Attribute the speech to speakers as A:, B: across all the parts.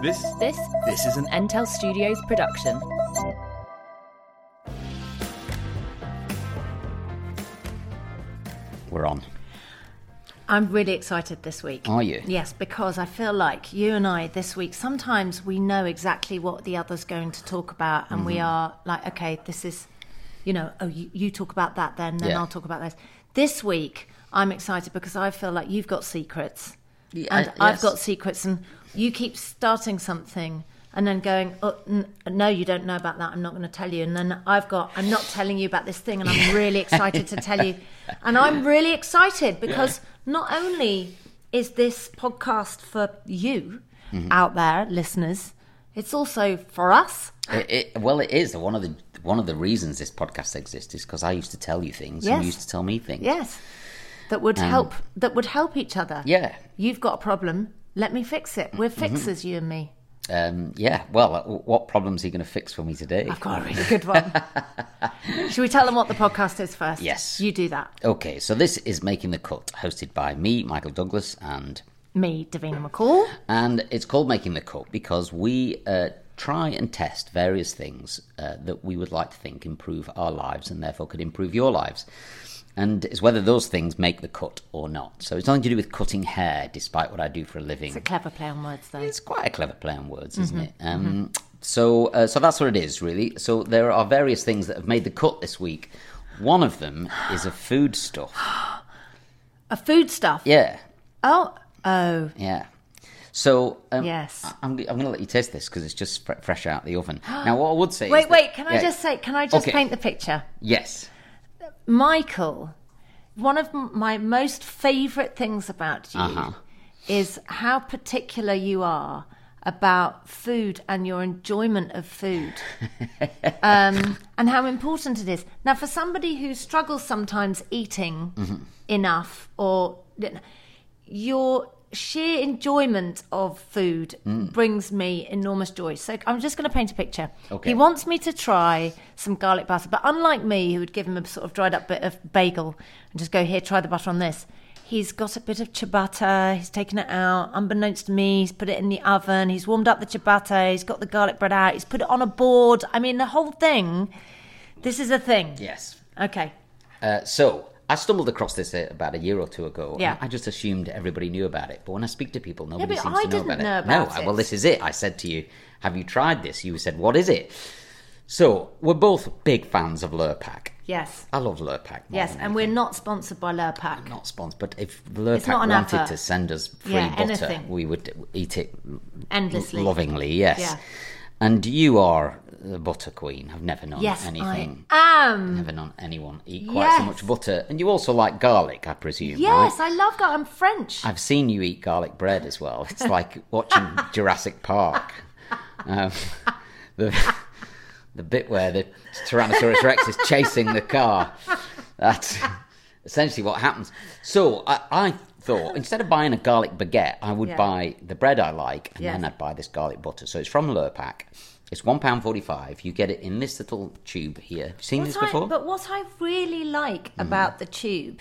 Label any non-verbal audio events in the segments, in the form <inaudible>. A: This
B: This
A: this is an
B: Entel Studios
A: <laughs>
B: production.
C: We're on.
D: I'm really excited this week.
C: Are you?
D: Yes, because I feel like you and I this week sometimes we know exactly what the other's going to talk about, and we
C: Mm-hmm.
D: are like, okay, this is, you know, oh, you, you talk about that then, then
C: Yeah.
D: I'll talk about this. This week, I'm excited because I feel like you've got secrets, and
C: uh, yes.
D: I've got secrets, and you keep starting something. And then going, oh, n- no, you don't know about that. I'm not going to tell you. And then I've got, I'm not telling you about this thing, and I'm really excited to tell you.
C: <laughs>
D: And I'm really excited because not only is this podcast for you
C: Mm-hmm.
D: out there, listeners, it's also for us.
C: It, it, well, it is one of the one of the reasons this podcast exists is because I used to tell you things and
D: Yes.
C: you used to tell me things.
D: Yes, that would help. That would help each other.
C: Yeah. Mm-hmm.
D: You've got a problem. Let me fix it. We're fixers, you and me.
C: Um, yeah. Well, uh, what problem's he going to fix for me today?
D: I've got a really
C: <laughs>
D: good one. Should we tell them what the podcast is first?
C: Yes.
D: You do that.
C: Okay, so this is Making the Cut, hosted by me, Michael Douglas, and
D: Me, Davina McCall.
C: and it's called Making the Cut because we uh, try and test various things uh, that we would like to think improve our lives and therefore could improve your lives. And it's whether those things make the cut or not. So it's nothing to do with cutting hair, despite what I do for a living.
D: It's a clever play on words, though.
C: It's quite a clever play on words, isn't
D: Mm-hmm.
C: it? Um, So, uh, so that's what it is, really. So there are various things that have made the cut this week. One of them is a food stuff.
D: <gasps> A food stuff.
C: Yeah,
D: Oh, oh,
C: yeah. So um,
D: Yes.
C: I- I'm, I'm going to let you taste this because it's just fre- fresh out of the oven. Now, what I would say, is
D: <gasps> Wait,
C: that-
D: wait. Can I
C: yeah,
D: just say? Can I just
C: Okay.
D: paint the picture?
C: yes?
D: Michael, one of m- my most favourite things about you
C: Ah.
D: is how particular you are about food and your enjoyment of
C: <laughs>
D: food um, and how important it is. Now, for somebody who struggles sometimes eating enough or your sheer enjoyment of food brings me enormous joy. So I'm just going to paint a picture.
C: Okay.
D: He wants me to try some garlic butter, but unlike me, who would give him a sort of dried up bit of bagel and just go here, try the butter on this. He's got a bit of ciabatta. He's taken it out, unbeknownst to me. He's put it in the oven. He's warmed up the ciabatta. He's got the garlic bread out. He's put it on a board. I mean, the whole thing. This is a thing.
C: Yes.
D: Okay.
C: Uh, so I stumbled across this uh, about a year or two ago. and
D: Yeah.
C: I just assumed everybody knew about it, but when I speak to people, nobody
D: but
C: seems
D: I
C: to know
D: didn't
C: about it.
D: know
C: no,
D: about
C: I-
D: it.
C: well, this is it. I said to you, "Have you tried this?" You said, "What is it?" So we're both big fans of Lurpak.
D: Yes.
C: I love Lurpak. more
D: Yes,
C: than
D: and we're
C: anything.
D: not sponsored by Lurpak.
C: not sponsored. But if
D: It's not
C: Lurpak
D: an
C: wanted
D: advert.
C: to send us free
D: Yeah,
C: butter,
D: anything.
C: we would eat it
D: Endlessly.
C: lovingly. Yes.
D: Yeah.
C: And you are the butter queen. I've never known
D: Yes,
C: anything.
D: I am.
C: Never known anyone eat quite so
D: Yes.
C: much butter. And you also like garlic, I presume.
D: Yes,
C: right?
D: I love garlic. I'm French.
C: I've seen you eat garlic bread as well.
D: <laughs>
C: It's like watching Jurassic Park. Um, <laughs> the, the bit where the Tyrannosaurus Rex is chasing the car. That's essentially what happens. So I, I thought instead of buying a garlic baguette, I would
D: Yeah.
C: buy the bread I like and
D: Yes.
C: then I'd buy this garlic butter. So it's from Lurpak. It's £1.45. You get it in this little tube here. Have you seen this
D: What I-
C: before? Mm.
D: but what I really like about the tube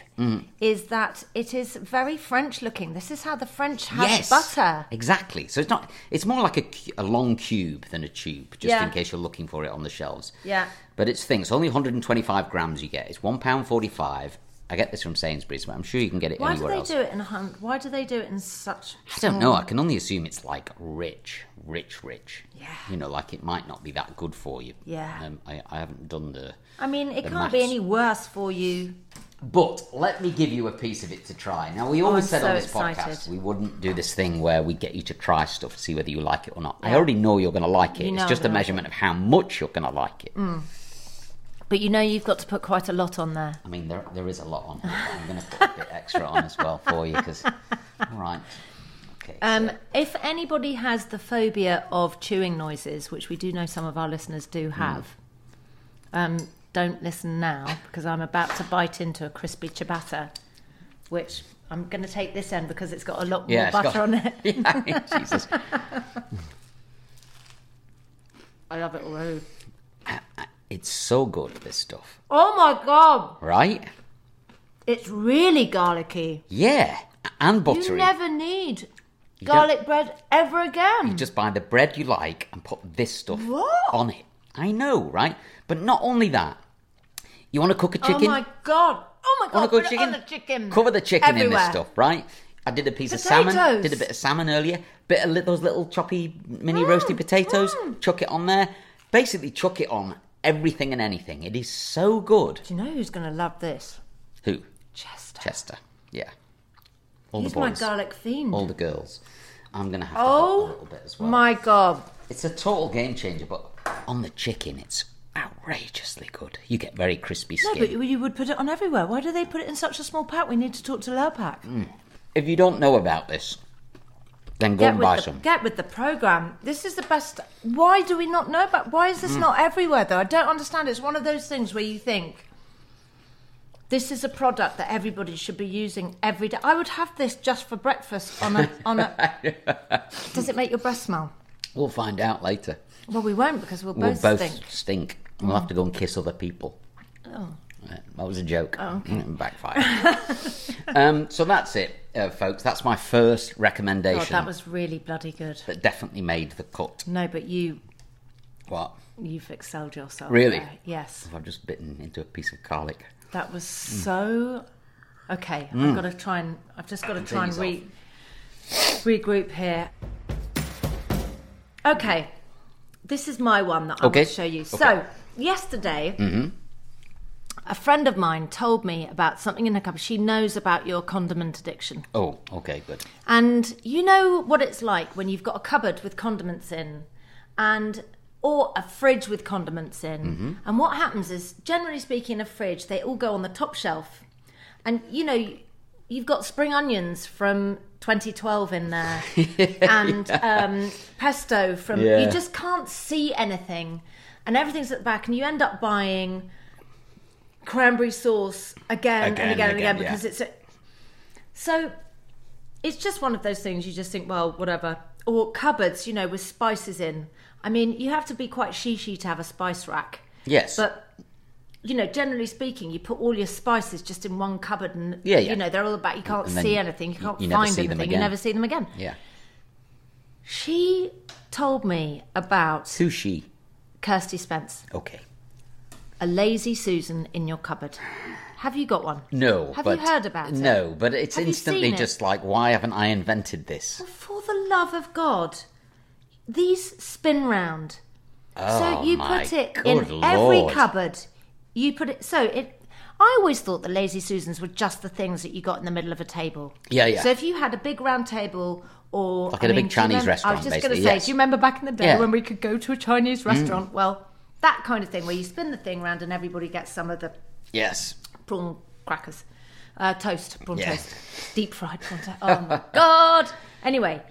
D: is that it is very French looking. This is how the French have butter.
C: Exactly. So it's not. It's more like a, cu- a long cube than a tube, just
D: Yeah.
C: in case you're looking for it on the shelves.
D: Yeah.
C: But it's thing. It's only 125 grams you get. It's one pound 45. I get this from Sainsbury's, but I'm sure you can get it
D: Why do
C: anywhere
D: they
C: else.
D: do it Oh. in a hun- Why do they do it in such?
C: I don't know. I can only assume it's like rich, rich, rich.
D: Yeah.
C: You know, like it might not be that good for you.
D: Yeah.
C: Um, I, I haven't done the.
D: I mean, it
C: The
D: can't be
C: mass.
D: any worse for you.
C: But let me give you a piece of it to try. Now, we always
D: I'm
C: said
D: so
C: on this podcast
D: excited.
C: we wouldn't do this thing where we get you to try stuff, see whether you like it or not. I
D: Yeah.
C: already know you're going to like it.
D: You know
C: it's
D: Mm. I'm
C: just a
D: gonna like
C: measurement of how much you're going to like it.
D: But But you know you've got to put quite a lot on there.
C: I mean, there, there is a lot on. but I'm going to put a bit extra on as well for you because, all right. Okay. so-
D: Um, if anybody has the phobia of chewing noises, which we do know some of our listeners
C: Mm.
D: do have, um, don't listen now because I'm about to bite into a crispy ciabatta, which I'm going to take this end because it's got a lot more
C: Yeah, it's
D: butter
C: got-
D: on it.
C: yeah, <laughs> Jesus.
D: I love it already.
C: It's so good, this stuff,
D: Oh my god,
C: right?
D: it's really garlicky.
C: Yeah, and buttery.
D: You never need
C: don't-
D: garlic bread ever again.
C: You just buy the bread you like and put this stuff
D: What?
C: on it. I know, right? But not only that, you want to cook a
D: oh
C: chicken?
D: my god. Oh my
C: want
D: god.
C: to
D: put
C: cook
D: it
C: chicken?
D: on the chicken.
C: Cover the chicken in this
D: Everywhere.
C: stuff, right? I did a piece of salmon.
D: Potatoes.
C: Did a bit of salmon earlier. Bit of li- those little choppy mini
D: Mm,
C: roasted potatoes. Chuck it on there. Basically, chuck it on everything and anything. It is so good.
D: Do you know who's going to love this?
C: Who?
D: Chester.
C: Chester. Yeah. All
D: He's
C: the
D: my
C: boys. Oh,
D: garlic fiend.
C: All the girls. I'm gonna have to
D: Oh,
C: have a little bit as well.
D: My God.
C: It's a total game changer, but on the chicken, it's outrageously good. You get very crispy
D: No,
C: skin.
D: but you would put it on everywhere. Why do they put it in such a small pack? We need to talk to Lurpak.
C: Mm. If you don't know about this, then go
D: Get
C: and
D: with,
C: buy
D: the,
C: some.
D: get with the program. This is the best. Why do we not know about? Why is this
C: Mm.
D: not everywhere though? I don't understand. It's one of those things where you think this is a product that everybody should be using every day. I would have this just for breakfast on a on a.
C: <laughs>
D: does it make your breath smell?
C: We'll find out later.
D: Well, we won't because we'll
C: We'll
D: both,
C: both
D: stink. Oh.
C: stink. We'll have to go and kiss other people. Uh, That was a joke. Mm, <laughs> Backfire. um, so that's it, uh, folks. That's my first recommendation
D: God, that was really bloody good.
C: that definitely made the cut.
D: No, but you
C: What?
D: you've excelled yourself.
C: Really?
D: there. Yes.
C: I've just bitten into a piece of garlic.
D: That was
C: Mm.
D: so. Okay, I've got to try and. I've just got to try and re, regroup here. Okay, this is my one that I
C: Okay.
D: want to show you.
C: Okay. Mm-hmm.
D: So yesterday. A friend of mine told me about something in her cupboard. She knows about your condiment addiction.
C: Oh, okay, good.
D: And you know what it's like when you've got a cupboard with condiments in and or a fridge with condiments in. And what happens is generally speaking a fridge they all go on the top shelf. And you know you've got spring onions from 2012 in there and um, pesto from
C: Yeah.
D: you just can't see anything and everything's at the back and you end up buying cranberry sauce again,
C: Again,
D: and again and again
C: again, yeah.
D: because it's a, so it's just one of those things you just think, well, whatever. Or cupboards, you know, with spices in. I mean, you have to be quite shishi to have a spice rack.
C: Yes.
D: But, you know, generally speaking, you put all your spices just in one cupboard and,
C: Yeah, yeah.
D: you know, they're all about, you can't
C: And then
D: see anything, you can't
C: you never
D: find
C: see them
D: anything, you
C: again.
D: never see them again.
C: yeah.
D: She told me about
C: Sushi.
D: Kirsty Spence,
C: Okay.
D: a lazy Susan in your cupboard. Have you got one?
C: No.
D: Have
C: but
D: you heard about it?
C: No, but it's
D: Have you
C: instantly
D: seen it?
C: just like, why haven't I invented this?
D: For the love of God, these spin round. so you
C: Oh my
D: put it
C: good
D: in every
C: Lord.
D: cupboard. You put it so it. I always thought the lazy susans were just the things that you got in the middle of a table.
C: Yeah, yeah.
D: So if you had a big round table or
C: Like at a
D: mean,
C: big
D: do you
C: Chinese
D: remember- I
C: restaurant,
D: was just going to
C: basically,
D: say,
C: yes.
D: do you remember back in the day
C: Yeah. Mm.
D: when we could go to a Chinese restaurant? Well, that kind of thing where you spin the thing round and everybody gets some of the
C: Yes.
D: prawn crackers, uh, toast, prawn
C: Yeah.
D: toast, deep fried prawn toast. Oh my <laughs> god! Anyway,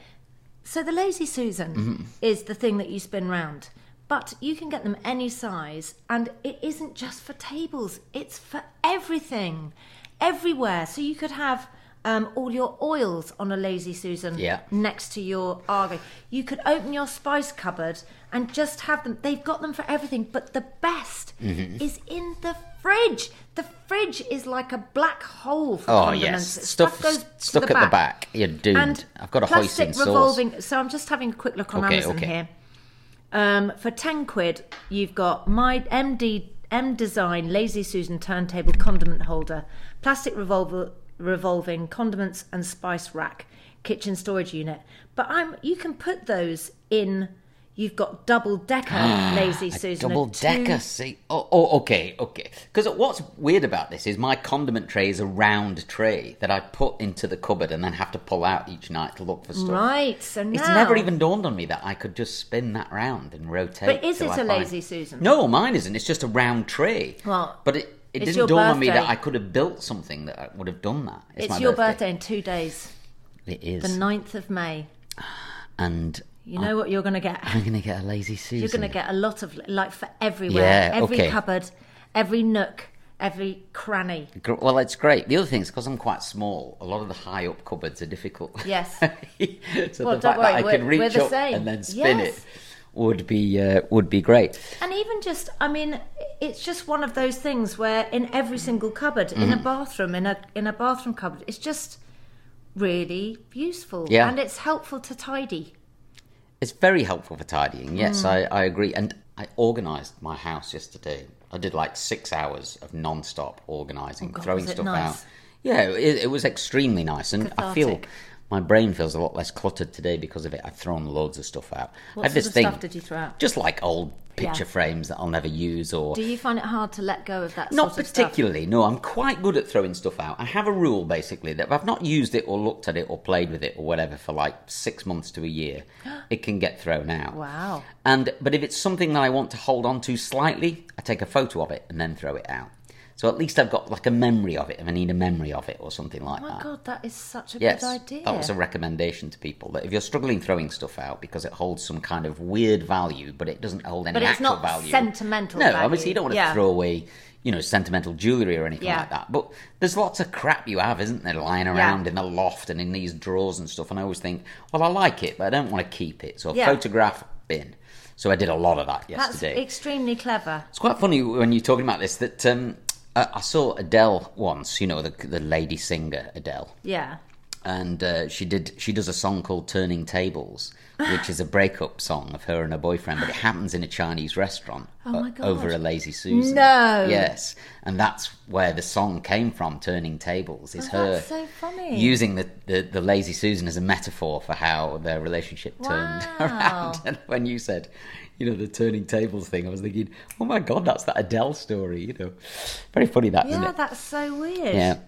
D: so the lazy susan
C: Mm-hmm.
D: is the thing that you spin round, but you can get them any size, and it isn't just for tables; it's for everything, everywhere. So you could have. Um, all your oils on a lazy susan
C: Yeah.
D: next to your argo you could open your spice cupboard and just have them they've got them for everything but the best
C: Mm-hmm.
D: is in the fridge the fridge is like a black hole for
C: Oh yes,
D: condiments. It-
C: stuff, stuck,
D: to
C: at the back. You're doomed.
D: and
C: I've got a
D: plastic
C: hoisin sauce.
D: revolving so i'm just having a quick look on
C: Okay,
D: amazon
C: okay.
D: here um, for 10 quid you've got my md m design lazy susan turntable condiment holder plastic revolver revolving condiments and spice rack kitchen storage unit but i'm you can put those in You've got
C: <gasps>
D: double decker, lazy Susan.
C: Double
D: of two-
C: decker. See, oh, oh, okay, okay. Because what's weird about this is my condiment tray is a round tray that I put into the cupboard and then have to pull out each night to look for stuff.
D: Right. So now
C: It's never even dawned on me that I could just spin that round and rotate.
D: But is
C: till
D: it
C: I
D: a
C: find-
D: lazy Susan?
C: No, mine isn't. It's just a round tray.
D: Well,
C: but it, it
D: it's
C: didn't
D: your
C: dawn on me that
D: birthday.
C: I could have built something that would have done that. It's,
D: It's
C: my
D: your birthday. in two days,
C: It is.
D: the 9th of May.
C: and
D: You know what you're going to get?
C: I'm going to get a lazy Susan.
D: You're going to get a lot of like for everywhere,
C: Yeah,
D: every
C: okay.
D: cupboard, every nook, every cranny.
C: Gr- Well, it's great. The other thing is because I'm quite small, a lot of the high up cupboards are difficult.
D: Yes.
C: <laughs> so
D: Well,
C: the
D: don't
C: fact
D: worry,
C: that I
D: we're-
C: can
D: we're
C: reach
D: the
C: up
D: same.
C: and then spin
D: Yes.
C: it would be uh, would be great.
D: And even just, I mean, it's just one of those things where in every single cupboard, in
C: Mm-hmm.
D: a bathroom, in a in a bathroom cupboard, it's just really useful.
C: Yeah.
D: And it's helpful to tidy.
C: It's very helpful for tidying. Yes,
D: Mm.
C: I, I agree. And I organised my house yesterday. I did like six hours of non-stop organising,
D: Oh, God,
C: throwing
D: was it
C: stuff
D: nice?
C: out. Yeah, it, it was extremely nice, and I feel
D: Cathartic.
C: my brain feels a lot less cluttered today because of it. I've thrown loads of stuff out.
D: What
C: I have
D: sort
C: this
D: of
C: thing,
D: stuff did you throw out?
C: just like old picture
D: Yeah.
C: frames that I'll never use or
D: Do you find it hard to let go of that?
C: Not
D: sort of
C: particularly. No, I'm quite good at throwing stuff out. I have a rule basically that if I've not used it or looked at it or played with it or whatever for like six months to a
D: <gasps>
C: year, it can get thrown out.
D: Stuff? Wow.
C: And but if it's something that I want to hold on to slightly, I take a photo of it and then throw it out. So at least I've got like a memory of it if I need a memory of it or something like
D: Oh My
C: that.
D: God, that is such a
C: Uh, Yes,
D: good idea.
C: that was a recommendation to people that if you're struggling throwing stuff out because it holds some kind of weird value, but it doesn't hold any
D: But it's
C: actual
D: not
C: value.
D: sentimental
C: No,
D: value.
C: obviously you don't want to
D: Yeah.
C: throw away, you know, sentimental jewelry or anything
D: Yeah.
C: like that. But there's lots of crap you have, isn't there, lying around in the loft and in these drawers and stuff. And I always think, well, I like it, but I don't want to keep it. So a
D: Yeah.
C: photograph bin. So I did a lot of that
D: That's
C: yesterday.
D: extremely clever.
C: It's quite funny when you're talking about this that um, I, I saw Adele once. You know, the the lady singer Adele
D: Yeah.
C: and uh, she did she does a song called Turning Tables, which is a breakup song of her and her boyfriend, but it happens in a Chinese restaurant
D: <gasps> Oh my
C: o-
D: God.
C: over a lazy Susan.
D: No.
C: yes, and that's where the song came from. Turning Tables is
D: Oh,
C: her
D: that's so funny.
C: using the, the the lazy Susan as a metaphor for how their relationship turned <laughs>
D: Wow.
C: around. And when you said, you know, the turning tables thing, I was thinking, oh my God, that's that Adele story. You know, very funny that, not
D: Yeah,
C: it?
D: that's so weird.
C: Yeah.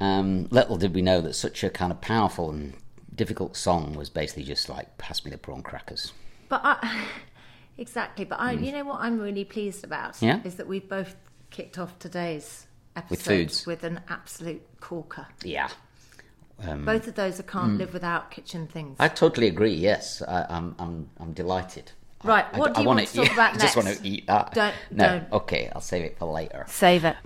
C: Um, little did we know that such a kind of powerful and difficult song was basically just like "Pass me the prawn crackers."
D: But I, <laughs> exactly. But I, you know what I'm really pleased about
C: Mm. Yeah?
D: is that we've both kicked off today's episode
C: foods.
D: with an absolute corker.
C: Yeah,
D: both of those I can't live without kitchen things.
C: Um, mm. I totally agree. Yes, I, I'm, I'm, I'm delighted.
D: right.
C: I-
D: what
C: I
D: do you
C: wanna
D: want to talk
C: eat- <laughs>
D: about
C: I
D: next?
C: just want to eat that.
D: Don't-
C: no,
D: don't.
C: okay, I'll save it for later.
D: Save it.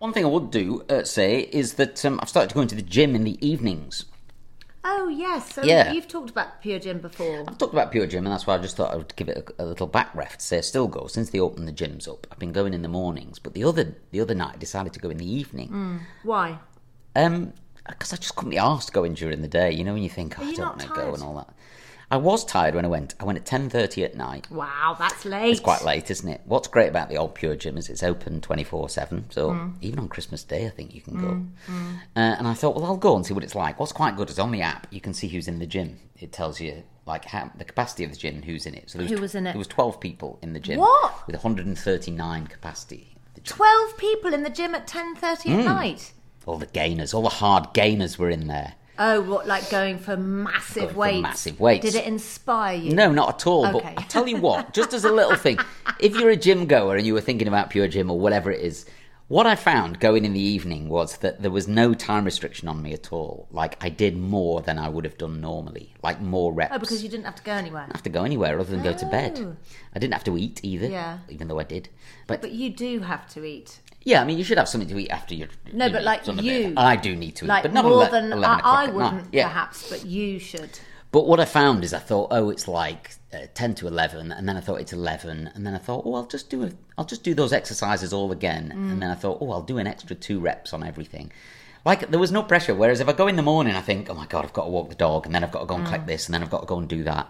C: One thing I would do uh, say is that um, I've started going to the gym in the evenings.
D: Oh yes. So
C: Yeah.
D: you've talked about Pure Gym before.
C: I've talked about Pure Gym, and that's why I just thought I would give it a, a little back ref to say I still go since they opened the gyms up. I've been going in the mornings, but the other the other night I decided to go in the evening.
D: Hmm. Why?
C: Um, because I just couldn't be asked going during the day. You know, when you think, oh, I
D: you
C: don't
D: not
C: want to go
D: tired?
C: and all that. I was tired when I went. I went at ten thirty at night.
D: Wow, that's late.
C: It's quite late, isn't it? What's great about the old Pure Gym is it's open twenty four seven. So
D: Hmm.
C: even on Christmas Day, I think you can go. Uh, and I thought, well, I'll go and see what it's like. What's quite good is on the app you can see who's in the gym. It tells you like how, the capacity of the gym and who's in it. So there was
D: Who
C: tw-
D: was in it?
C: There was twelve people in the gym.
D: What?
C: With one hundred and thirty nine capacity.
D: Twelve people in the gym at ten thirty
C: Mm.
D: at night.
C: All the gainers, all the hard gainers were in there.
D: Oh, what like going for massive
C: for
D: weights?
C: massive weights.
D: Did it inspire you?
C: No, not at all.
D: Okay.
C: But I tell you what, just as a little thing, if you're a gym goer and you were thinking about Pure Gym or whatever it is, what I found going in the evening was that there was no time restriction on me at all. Like I did more than I would have done normally, like more reps.
D: Oh, because you didn't have to go anywhere.
C: I didn't have to go anywhere other than go to
D: Oh.
C: bed. I didn't have to eat either,
D: Yeah.
C: even though I did. But,
D: But you do have to eat.
C: yeah, I mean, you should have something to eat after you're.
D: No,
C: you
D: but, like,
C: done a bit.
D: you-
C: I do need to eat,
D: like
C: but not
D: more
C: ele-
D: than
C: 11
D: I,
C: o'clock
D: I
C: at night.
D: wouldn't
C: Yeah.
D: perhaps but you should
C: But what I found is I thought, oh, it's like uh, ten to eleven, and then I thought it's eleven, and then I thought, oh, I'll just do a, I'll just do those exercises all again, and then I thought, oh, I'll do an extra two reps on everything. Like there was no pressure. Whereas if I go in the morning, I think, oh my god, I've got to walk the dog, and then I've got to go and collect this, and then I've got to go and do that.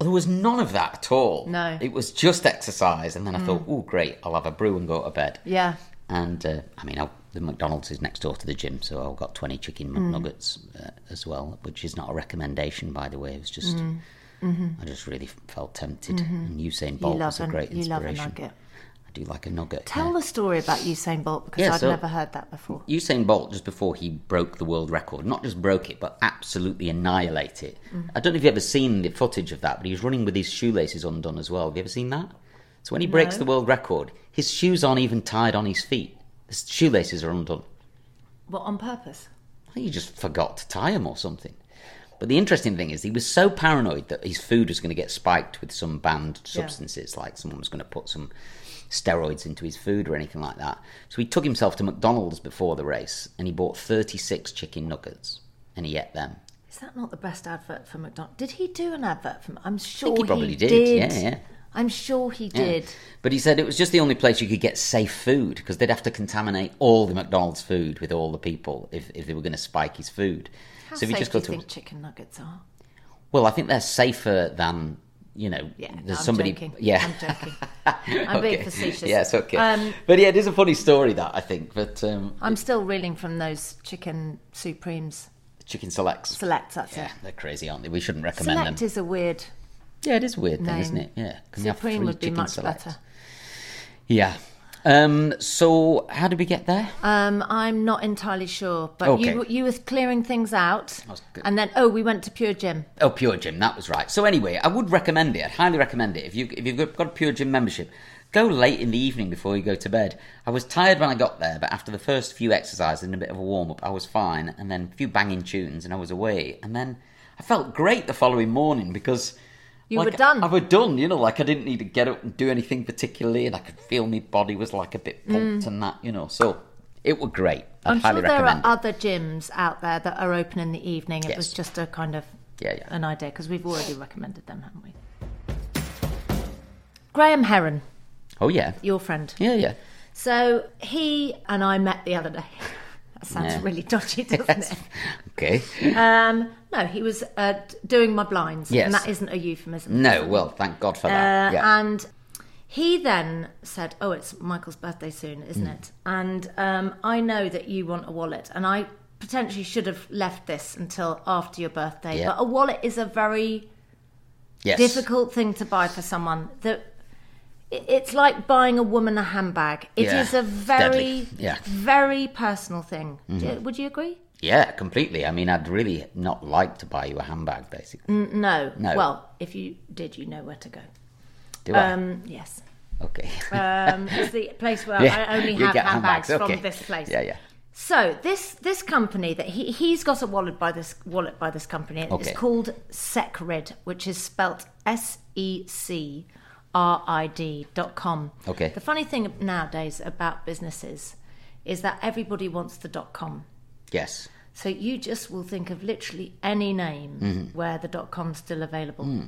C: There was none of that at all.
D: No.
C: it was just exercise, and then I thought, oh, great, I'll have a brew and go to bed.
D: yeah
C: And uh, I mean, i the McDonald's is next door to the gym, so
D: Mm.
C: I've got 20 chicken McNuggets uh, as well, which is not a recommendation, by the way. It was just I just really felt tempted. And Usain
D: Mm. Mm-hmm. You
C: Bolt
D: love
C: was a
D: a,
C: great
D: you love a
C: inspiration.
D: nugget.
C: I do like a nugget.
D: Tell
C: yeah.
D: the story about Usain Bolt because
C: Yeah,
D: I'd
C: so-
D: never heard that before.
C: Usain Bolt, just before he broke the world record, not just broke it, but absolutely annihilated it.
D: Mm.
C: I don't know if you've ever seen the footage of that, but he was running with his shoelaces undone as well. Have you ever seen that? So when he breaks the world record, his shoes aren't even tied on his feet. His shoelaces are undone.
D: Well, on purpose.
C: I think he just forgot to tie him or something. But the interesting thing is, he was so paranoid that his food was going to get spiked with some banned substances, like someone was going to put some steroids into his food or anything like that. So he took himself to McDonald's before the race and he bought 36 chicken nuggets and he ate them.
D: Is that not the best advert for McDonald's? Did he do an advert for? I'm sure
C: he probably did, yeah, yeah.
D: I'm sure he
C: Yeah.
D: Oh, did.
C: But he said it was just the only place you could get safe food because they'd have to contaminate all the McDonald's food with all the people if, if they were going to spike his food.
D: How
C: so if you
D: safe
C: just go
D: do you
C: to
D: think chicken nuggets are?
C: Well, I think they're safer than you know.
D: Yeah, no,
C: there's
D: I'm
C: somebody.
D: joking.
C: <laughs> Yeah,
D: I'm joking. I'm being facetious.
C: Yes, okay.
D: Um,
C: but yeah, it is a funny story that I think. But um,
D: I'm still reeling from those chicken supremes.
C: chicken selects.
D: Select, that's
C: Yeah,
D: it.
C: they're crazy, aren't they? We shouldn't recommend
D: Select
C: them.
D: is a weird.
C: Yeah, it is a weird thing,
D: name.
C: isn't it? Yeah, Can we have
D: Supreme
C: three
D: would be
C: chicken
D: much
C: selects?
D: better.
C: Yeah. Um, so how did we get there?
D: Um, I'm not entirely sure, but you
C: Okay.
D: you were clearing things out,
C: was good.
D: and then oh, we went to Pure Gym.
C: Oh, Pure Gym, that was right. So anyway, I would recommend it. I'd highly recommend it. If you if you've got- got a Pure Gym membership, go late in the evening before you go to bed. I was tired when I got there, but after the first few exercises and a bit of a warm up, I was fine. And then a few banging tunes, and I was away. And then I felt great the following morning because.
D: You
C: like,
D: were done.
C: I were done, you know, like I didn't need to get up and do anything particularly, and I could feel my body was like a bit pumped and that, you know. So it were great. I'd
D: Mm. I'm
C: highly
D: sure there are
C: recommend it.
D: other gyms out there that are open in the evening. It was
C: Yes.
D: just a kind of
C: Yeah, yeah.
D: an idea because we've already recommended them, haven't we? Graham Heron,
C: Oh, yeah.
D: your friend.
C: Yeah, yeah.
D: So he and I met the other day. <laughs> that sounds
C: Yeah.
D: really dodgy, doesn't it?
C: Okay.
D: Um, no, he was uh, d- doing my blinds,
C: Yes.
D: and that isn't a euphemism.
C: No, well, thank God for that.
D: Uh,
C: yeah.
D: And he then said, "Oh, it's Michael's birthday soon, isn't
C: Mm.
D: it?" And um, I know that you want a wallet, and I potentially should have left this until after your birthday.
C: Yeah.
D: But a wallet is a very
C: yes.
D: difficult thing to buy for someone. That i- it's like buying a woman a handbag. It is
C: Yeah,
D: a
C: it's
D: very,
C: deadly. Yeah. Mm-hmm.
D: very personal thing. Do- Would you agree?
C: Yeah, completely. I mean, I'd really not like to buy you a handbag, basically.
D: Mm, No.
C: No.
D: Well, if you did, you know where to go.
C: Do
D: Um, yes.
C: I? Okay.
D: Um, it's the place
C: <laughs>
D: where
C: Yeah,
D: I only
C: you
D: have
C: get
D: handbags,
C: okay.
D: from this place.
C: Yeah, yeah.
D: So this this company that he he's got a wallet by this wallet by this company.
C: Okay.
D: It's called Secrid, which is spelt S E C R I D dot com.
C: Okay.
D: The funny thing nowadays about businesses is that everybody wants the dot com.
C: Yes.
D: So you just will think of literally any name
C: Mm-hmm.
D: where the dot com's still available.
C: Hmm.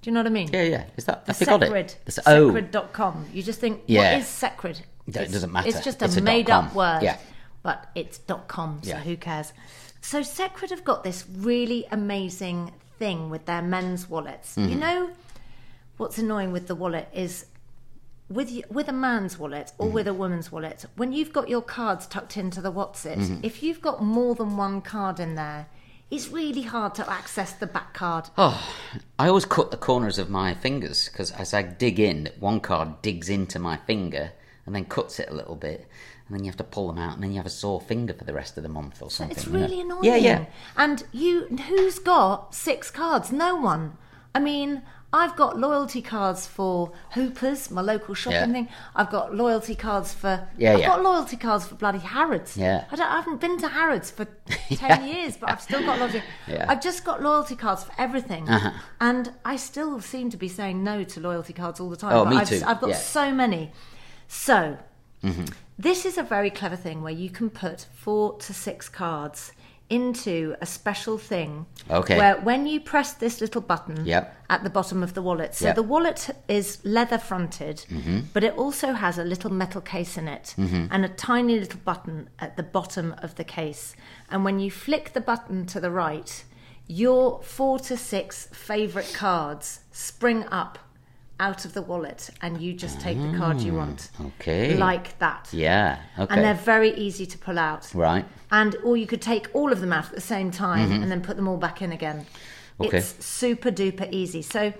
D: Do you know what I mean?
C: Yeah, yeah. Is that? Have they got
D: Secrid.
C: it? It's, oh,
D: Secrid.com. You just think,
C: Yeah.
D: what is Secrid?
C: it doesn't matter.
D: It's just a
C: It's a dot
D: made up
C: com.
D: word.
C: Yeah.
D: But it's dot com, so
C: Yeah.
D: who cares? So Secrid have got this really amazing thing with their men's wallets.
C: Mm-hmm.
D: You know what's annoying with the wallet is with y- with a man's wallet or
C: Mm-hmm.
D: with a woman's wallet, when you've got your cards tucked into the what's it,
C: Mm-hmm.
D: if you've got more than one card in there, it's really hard to access the back card.
C: I always cut the corners of my fingers because as I dig in, one card digs into my finger and then cuts it a little bit, and then you have to pull them out, and then you have a sore finger for the rest of the month or something.
D: It's
C: you know?
D: really annoying.
C: Yeah, yeah.
D: And you, who's got six cards? No one. I mean, I've got loyalty cards for Hoopers, my local shopping
C: Yeah.
D: thing. I've got loyalty cards for.
C: Yeah,
D: I've
C: yeah.
D: got loyalty cards for bloody Harrods.
C: Yeah.
D: I, don't, I haven't been to Harrods
C: <laughs>
D: for ten years, but I've still got loyalty.
C: Yeah. Uh-huh.
D: I've just got loyalty cards for everything, and I still seem to be saying no to loyalty cards all the time.
C: Oh,
D: but
C: me
D: I've,
C: too.
D: I've got
C: Yeah. Mm-hmm.
D: so many. So this is a very clever thing where you can put four to six cards into a special thing.
C: Okay.
D: Where when you press this little button
C: Yep.
D: at the bottom of the wallet, so
C: Yep. Mm-hmm.
D: the wallet is leather fronted, but it also has a little metal case in it and a tiny little button at the bottom of the case. And when you flick the button to the right, your four to six favorite cards spring up out of the wallet and you just take the card you want
C: Ah, Okay.
D: like that.
C: Yeah. Okay.
D: And they're very easy to pull out.
C: right.
D: And or you could take all of them out at the same time and then put them all back in again.
C: Okay.
D: It's super duper easy. So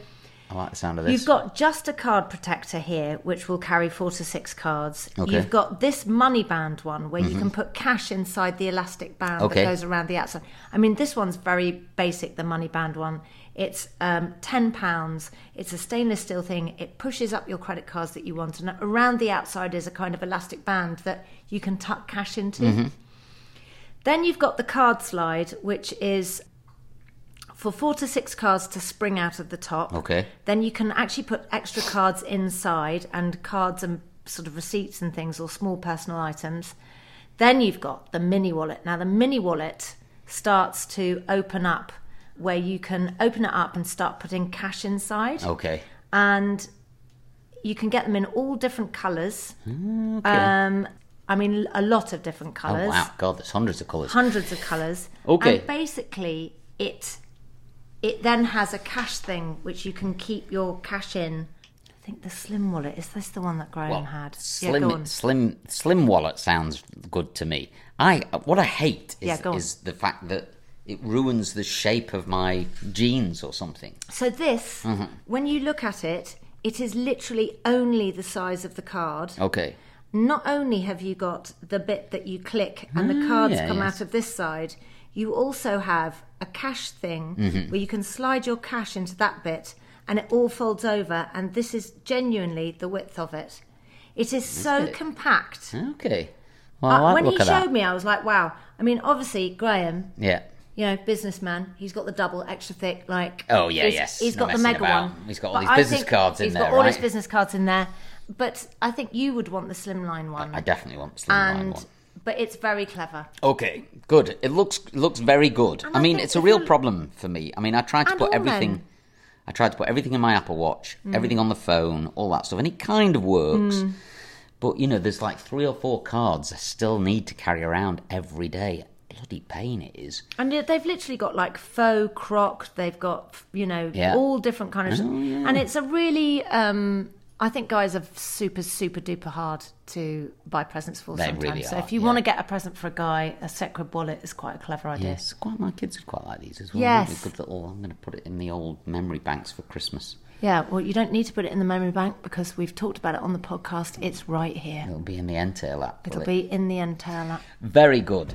C: I like the sound of this.
D: you've got just a card protector here, which will carry four to six cards.
C: Okay. Mm-hmm.
D: You've got this money band one, where you can put cash inside the elastic band
C: Okay.
D: that goes around the outside. I mean, this one's very basic. The money band one. It's um, ten pounds. It's a stainless steel thing. It pushes up your credit cards that you want, and around the outside is a kind of elastic band that you can tuck cash into.
C: Mm-hmm.
D: Then you've got the card slide, which is for four to six cards to spring out of the top.
C: Okay.
D: Then you can actually put extra cards inside and cards and sort of receipts and things or small personal items. Then you've got the mini wallet. Now, the mini wallet starts to open up where you can open it up and start putting cash inside.
C: okay.
D: And you can get them in all different colours.
C: Okay.
D: Um, I mean, a lot of different
C: oh
D: colours
C: wow, God, there's hundreds of colours.
D: hundreds of colours.
C: Okay.
D: And basically, it it then has a cash thing which you can keep your cash in. I think the slim wallet is this the one that Graham
C: Well,
D: had?
C: Slim,
D: yeah, go on.
C: slim, slim wallet sounds good to me. I what I hate is,
D: Yeah, go on.
C: is the fact that it ruins the shape of my jeans or something.
D: So this,
C: Mm-hmm.
D: when you look at it, it is literally only the size of the card.
C: Okay,
D: Not only have you got the bit that you click and the cards
C: yeah,
D: come
C: Ah, yes.
D: out of this side, you also have a cash thing
C: Mm-hmm.
D: where you can slide your cash into that bit and it all folds over. And this is genuinely the width of it. It is so compact.
C: okay. Well, I
D: Uh,
C: like
D: when
C: the
D: he
C: look of that.
D: showed me, I was like, wow. I mean, obviously, Graham,
C: yeah.
D: you know, businessman. He's got the double, extra thick, like.
C: Oh, yeah,
D: he's-
C: yes.
D: He's
C: Not
D: got the
C: messing
D: mega
C: about.
D: one.
C: He's got all
D: But
C: his
D: I
C: business
D: think
C: cards in
D: He's
C: there,
D: got all his
C: right?
D: business cards in there. But I think you would want the slimline one.
C: I definitely want the slimline
D: and
C: one.
D: but it's very clever.
C: Okay, good. It looks it looks very good.
D: And
C: I
D: I
C: mean,
D: think
C: it's a
D: if
C: real
D: you-
C: problem for me. I mean, I tried to
D: And
C: put
D: all
C: everything.
D: men. Mm.
C: I tried to put everything in my Apple Watch, everything on the phone, all that stuff, and it kind of works. But you know, there's like three or four cards I still need to carry around every day. Bloody pain it is.
D: And yet they've literally got like faux croc. They've got you know
C: Yeah.
D: all different kind of,
C: Oh, yeah.
D: and it's a really. Um, I think guys are super super duper hard to buy presents for
C: They
D: sometimes.
C: really
D: so
C: are,
D: if you
C: yeah.
D: want to get a present for a guy, a sacred wallet is quite a clever idea.
C: Yes, quite. My kids would quite like these as well.
D: Yes.
C: They're good little. I'm going to put it in the old memory banks for Christmas.
D: Yeah, well, you don't need to put it in the memory bank because we've talked about it on the podcast. It's right here.
C: It'll be in the Entail app. will
D: It'll
C: it?
D: be in the entail app.
C: very good.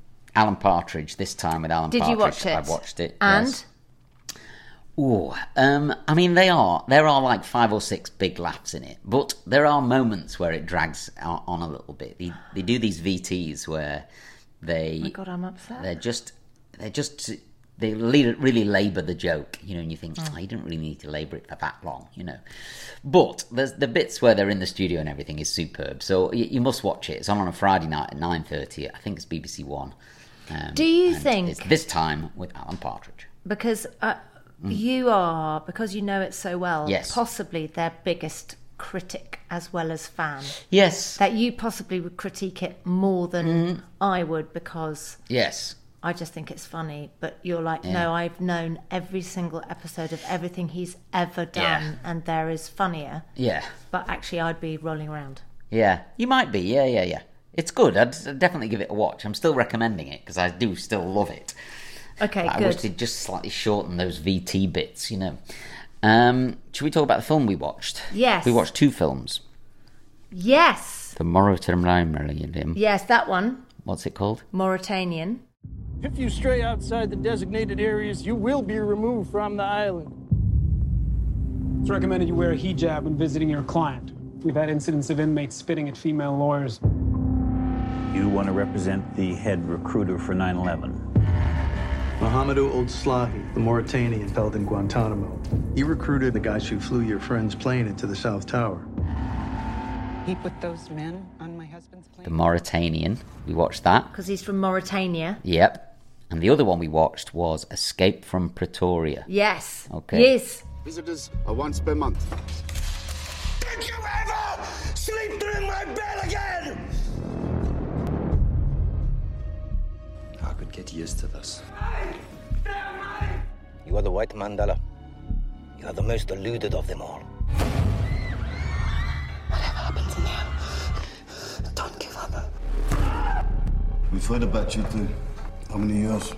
C: Alan Partridge. This time with Alan
D: Did you
C: Partridge,
D: watch it?
C: I watched it.
D: And
C: yes. Ooh, um, I mean, they are there are like five or six big laughs in it, but there are moments where it drags o- on a little bit. They, they do these VTs where they
D: God, I'm upset.
C: they're just they're just they le- really labour the joke, you know, and you think
D: Mm.
C: oh, you didn't really need to labour it for that long, you know. But there's the bits where they're in the studio and everything is superb. So y- you must watch it. It's on on a Friday night at nine thirty. I think it's BBC One. Um,
D: Do you
C: and
D: think-
C: it's this time with Alan Partridge?
D: because uh, you are because you know it so well
C: Mm. Yes.
D: possibly their biggest critic as well as fan
C: Yes,
D: that you possibly would critique it more than
C: Mm-hmm.
D: i would because
C: yes.
D: i just think it's funny but you're like no i've known every single episode of everything he's ever done and there is funnier
C: Yeah,
D: but actually i'd be rolling around
C: yeah. You might be. Yeah, yeah, yeah. It's good. I'd, I'd definitely give it a watch. I'm still recommending it because I do still love it.
D: okay
C: I wish
D: good
C: they'd just slightly shorten those VT bits, you know. Um, should we talk about the film we watched?
D: Yes.
C: We watched two films.
D: yes Yes.
C: The Mauritanian Millennium.
D: Yes, that one.
C: What's it called?
D: Mauritanian.
B: If you stray outside the designated areas, you will be removed from the island. It's recommended you wear a hijab when visiting your client. We've had incidents of inmates spitting at female lawyers.
E: You want to represent the head recruiter for 9 11.
F: Mohamedou Old Slahi, the Mauritanian held in Guantanamo. He recruited the guys who flew your friend's plane into the South Tower.
G: He put those men on my husband's plane.
C: The Mauritanian. We watched that.
D: because he's from Mauritania.
C: Yep. And the other one we watched was Escape from Pretoria.
D: Yes.
C: Okay.
D: Yes.
H: Visitors are once per month.
I: Did you ever sleep in my bed again?
H: I could get used to this.
I: You are the white Mandela. You are the most deluded of them all. Whatever happens now, don't give up.
F: We've heard about you too. How many years?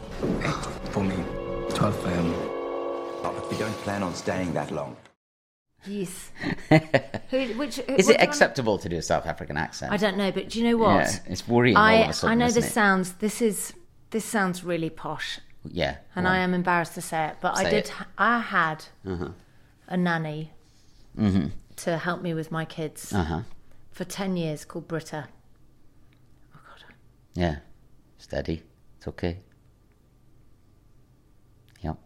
H: For me, 12 a.m. But we don't plan on staying that long.
C: <laughs>
D: Yes. Who, which, who-
C: Is it
D: what do you wanna-
C: acceptable to do a South African accent?
D: I don't know, but do you know what?
C: Yeah, it's worrying all
D: I,
C: of a sudden,
D: I know
C: isn't
D: this
C: it?
D: sounds. This is. This sounds really posh,
C: Yeah.
D: and
C: go
D: I
C: on.
D: am embarrassed to say it, but I
C: Say
D: did.
C: it. Uh-huh.
D: I had a nanny
C: Mm-hmm.
D: to help me with my kids
C: Uh-huh.
D: for ten years, called Britta. Oh God,
C: Yeah. Steady. It's okay. Yep.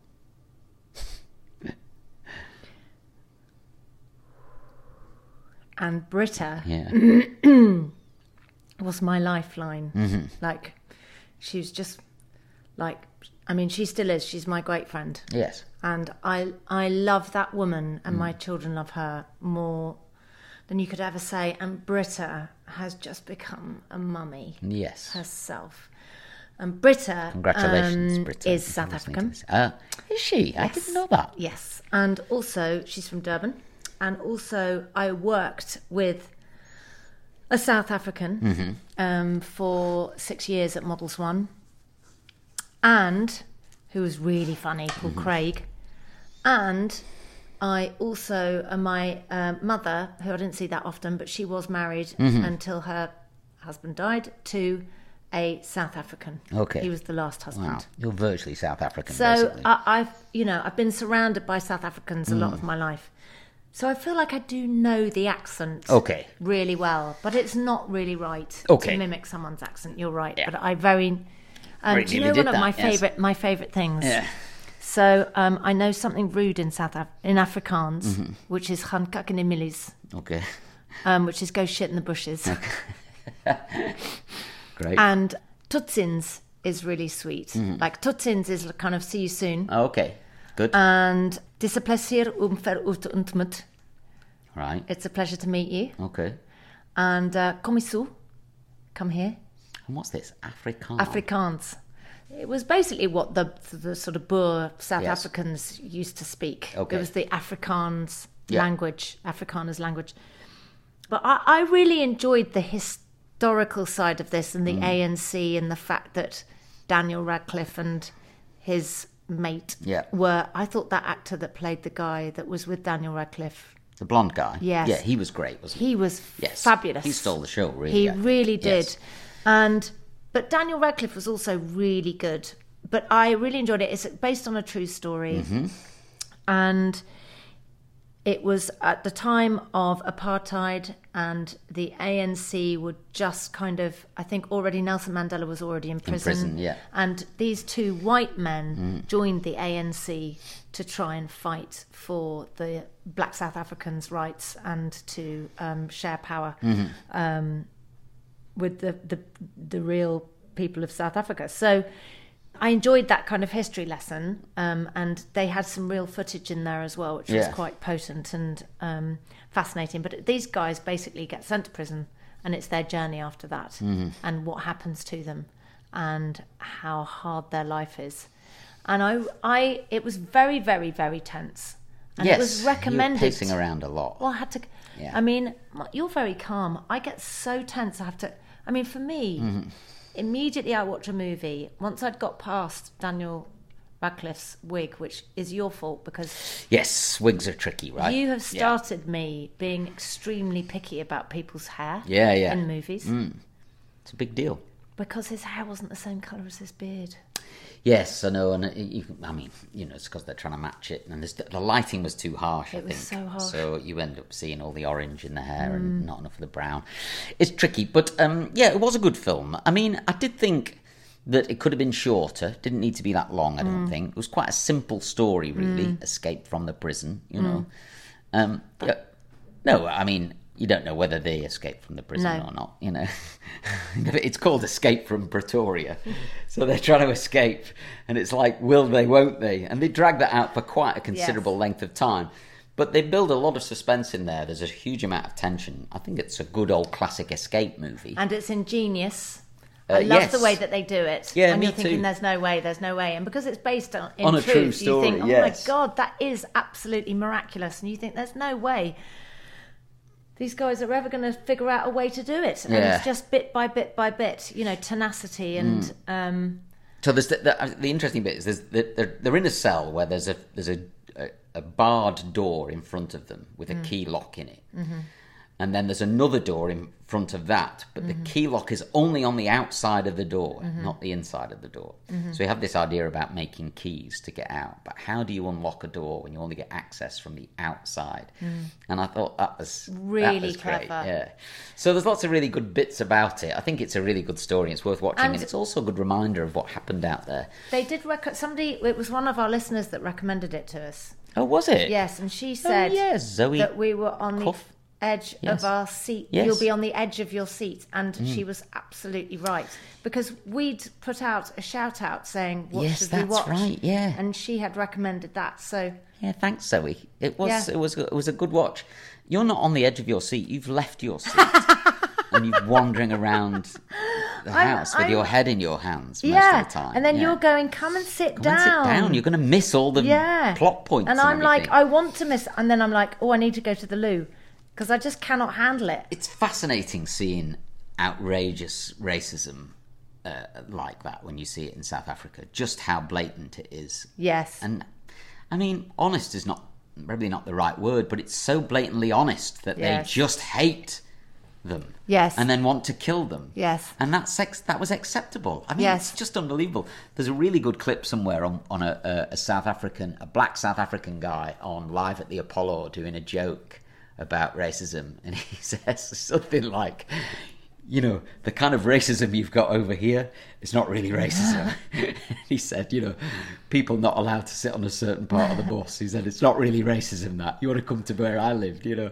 D: and Britta <coughs>
C: Yeah.
D: was my lifeline.
C: Mm-hmm.
D: Like, she was just like. I mean, she still is. She's my great friend.
C: yes.
D: and I I love that woman,
C: Hmm.
D: and my children love her more than you could ever say. And Britta has just become a mummy
C: Yes.
D: herself, and Britta
C: Congratulations,
D: um,
C: Britain.
D: is South African.
C: Uh, is she? I didn't know that.
D: Yes, and also she's from Durban, and also I worked with a South African
C: Mm-hmm.
D: um, for six years at Models One, and who was really funny called
C: Mm-hmm.
D: Craig, and I also uh, my uh, mother, who I didn't see that often, but she was married
C: Mm-hmm.
D: until her husband died to a South African.
C: Okay.
D: he was the last husband.
C: Wow. You're virtually South African,
D: So uh,
C: basically. Mm.
D: I, I've, you know, I've been surrounded by South Africans a lot of my life. So I feel like I do know the accent
C: Okay.
D: really well, but it's not really right
C: Okay.
D: to mimic someone's accent. You're right, but I very. Um,
C: Very
D: do you know
C: nearly
D: one
C: did
D: of my
C: that, yes.
D: favorite my favorite things? So um, I know something rude in South Af- in Afrikaans,
C: Mm-hmm.
D: which is "gaan kakken in millies,"
C: okay. <laughs>
D: um, which is "go shit in the bushes,"
C: Great.
D: and "tutsins" is really sweet.
C: Mm-hmm.
D: Like "tutsins" is kind of "see you soon."
C: Oh, okay. Good.
D: uh, and dis a pleasure om ver u te ontmoet.
C: right.
D: It's a pleasure to meet you.
C: Okay.
D: And uh, kom eens toe. Come here.
C: And what's this? Afrikaans.
D: Afrikaans. It was basically what the the sort of Boer South
C: Yes.
D: Africans used to speak.
C: Okay.
D: It was the Afrikaans
C: Yeah.
D: language, Afrikaners language. But I, I really enjoyed the historical side of this and
C: Mm.
D: the ANC and the fact that Daniel Radcliffe and his mate
C: Yeah.
D: were. I thought that actor that played the guy that was with Daniel Radcliffe,
C: The blonde guy.
D: Yes.
C: Yeah, he was great, wasn't he?
D: he was
C: Yes.
D: fabulous.
C: He stole the show, really.
D: He
C: I think.
D: really did.
C: Yes.
D: And but Daniel Radcliffe was also really good. But I really enjoyed it. It's based on a true
C: Mm-hmm.
D: story, and it was at the time of apartheid, and the ANC were just kind of. I think already Nelson Mandela was already in prison.
C: prison, yeah. Mm.
D: And these two white men joined the ANC to try and fight for the black South Africans' rights and to um, share power with the, the the real people of South Africa. So I enjoyed that kind of history lesson, um, and they had some real footage in there as well, which was
C: Yeah.
D: quite potent and um, fascinating. But these guys basically get sent to prison, and it's their journey after that,
C: Mm-hmm.
D: and what happens to them, and how hard their life is. And I, I, it was very, very, very tense, and
C: yes.
D: it was
C: you were
D: recommended.
C: pacing around a lot.
D: Well, Oh, I had to.
C: Yeah.
D: I mean, m- you're very calm. I get so tense. I have to. I
C: Mm-hmm.
D: mean, for me, immediately I watch a movie. Once I'd got past Daniel Radcliffe's wig, which is your fault because
C: Yes, wigs are tricky, right?
D: you have
C: Yeah.
D: started me being extremely picky about people's hair.
C: Yeah, yeah.
D: In movies,
C: Mm. It's a big deal.
D: because his hair wasn't the same color as his beard.
C: Yes, I know, and it, you, I mean, you know, it's because they're trying to match it, and this, the lighting was too harsh. I
D: It was
C: think.
D: so harsh.
C: So you end up seeing all the orange in the hair
D: Mm.
C: and not enough of the brown. It's tricky, but um, yeah, it was a good film. I mean, I did think that it could have been shorter. Didn't need to be that long. I don't
D: Mm.
C: think it was quite a simple story, really.
D: Mm.
C: Escape from the prison, you
D: Mm.
C: know. Um, yeah. no, I mean, you don't know whether they escaped from the prison
D: No.
C: or not. You know, <laughs> it's called Escape from
D: <laughs>
C: Pretoria, so they're trying to escape, and it's like, will they, won't they? And they drag that out for quite a considerable length of time. But they build a lot of suspense in there. There's a huge amount of tension. I think it's a good old classic escape movie.
D: and it's ingenious.
C: Uh,
D: I love
C: yes.
D: the way that they do it.
C: Yeah,
D: and
C: me
D: you're thinking
C: too.
D: there's no way, there's no way, and because it's based on in
C: On a
D: truth,
C: true
D: you
C: story,
D: think, oh
C: yes.
D: my god, that is absolutely miraculous, and you think there's no way these guys are ever going to figure out a way to do it, and
C: Yeah. Mm.
D: it's just bit by bit by bit, you know, tenacity and um,
C: So there's the, the, the interesting bit is there's, they're, they're in a cell where there's a there's a, a, a barred door in front of them with a
D: Mm.
C: key lock in it,
D: mhm.
C: and then there's another door in front of that, but
D: Mhm.
C: the key lock is only on the outside of the door,
D: Mm-hmm.
C: not the inside of the door.
D: Mhm.
C: So you have this idea about making keys to get out, but how do you unlock a door when you only get access from the outside?
D: Mm.
C: And I thought that was that
D: Really
C: was great,
D: clever.
C: yeah. So there's lots of really good bits about it. I think it's a really good story. It's worth watching, and,
D: And-
C: it's also a good reminder of what happened out there.
D: they did. Rec- somebody, it was one of our listeners that recommended it to us.
C: Oh, was it? Oh,
D: Yes, and she said
C: yes, Zoe
D: that we were on
C: Cuff.
D: the edge
C: Yes.
D: of our seat.
C: Yes.
D: You'll be on the edge of your seat, and
C: Mm.
D: she was absolutely right because we'd put out a shout out saying, "What
C: Yes,
D: should we
C: that's
D: watch?"
C: right, yeah.
D: and she had recommended that. So
C: Yeah, thanks, Zoe. It was
D: Yeah.
C: it was it was a good watch. You're not on the edge of your seat. You've left your
D: <laughs>
C: seat, and you're wandering around the
D: I'm-
C: house with
D: I'm-
C: your head in your hands most
D: yeah,
C: of the time.
D: and then
C: Yeah.
D: you're going, "Come and
C: Come
D: sit
C: and
D: down."
C: sit down. You're going to miss all the
D: yeah.
C: plot points.
D: And I'm like,
C: everything.
D: I want to miss, and then I'm like, oh, I need to go to the loo because I just cannot handle it.
C: it's fascinating seeing outrageous racism uh, like that when you see it in South Africa. Just how blatant it is.
D: Yes.
C: And I mean, honest is not probably not the right word, but it's so blatantly honest that
D: Yes.
C: they just hate them.
D: Yes.
C: And then want to kill them.
D: Yes.
C: And that sex that was acceptable. I mean,
D: Yes.
C: it's just unbelievable. There's a really good clip somewhere on on a, a, a South African, a black South African guy on live at the Apollo doing a joke about racism, and he <laughs> says something like. You know, the kind of racism you've got over here is not really
D: <laughs>
C: racism. <laughs> he said, you know, people not allowed to sit on a certain part of the bus. He said, it's not really racism that. You want to come to where I lived, you know.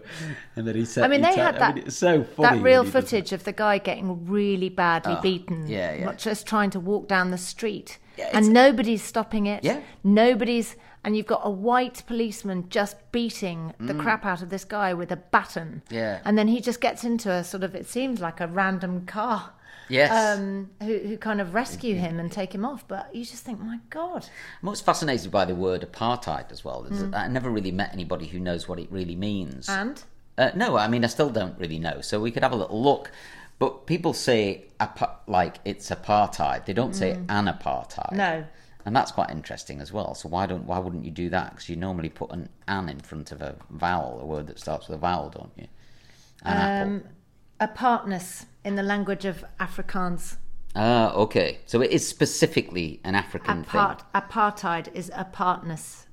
C: And then he said,
D: I mean,
C: he
D: they
C: told-
D: had
C: I
D: that,
C: mean, it's so funny.
D: that
C: when
D: real
C: he does
D: footage of the guy getting really badly
C: Oh,
D: beaten,
C: yeah, yeah.
D: not just trying to walk down the street,
C: Yeah, it's-
D: and nobody's stopping it.
C: Yeah.
D: nobody's, and you've got a white policeman just beating the
C: Mm.
D: crap out of this guy with a baton,
C: Yeah.
D: and then he just gets into a sort of it seems like a random car.
C: Yes.
D: Um, who, who kind of rescue him and take him off, but you just think, my God.
C: I'm always fascinated by the word apartheid as well. There's-
D: Mm.
C: I never really met anybody who knows what it really means.
D: And?
C: Uh, no, I mean, I still don't really know. So we could have a little look. But people say, apa- like, it's apartheid. They don't say
D: Mm.
C: an apartheid.
D: No.
C: And that's quite interesting as well. So why don't why wouldn't you do that? Because you normally put an an in front of a vowel, a word that starts with a vowel, don't you? An apple.
D: um, apartness in the language of Afrikaans.
C: Ah, okay. So it is specifically an African
D: Apart,
C: thing.
D: apartheid is apartness.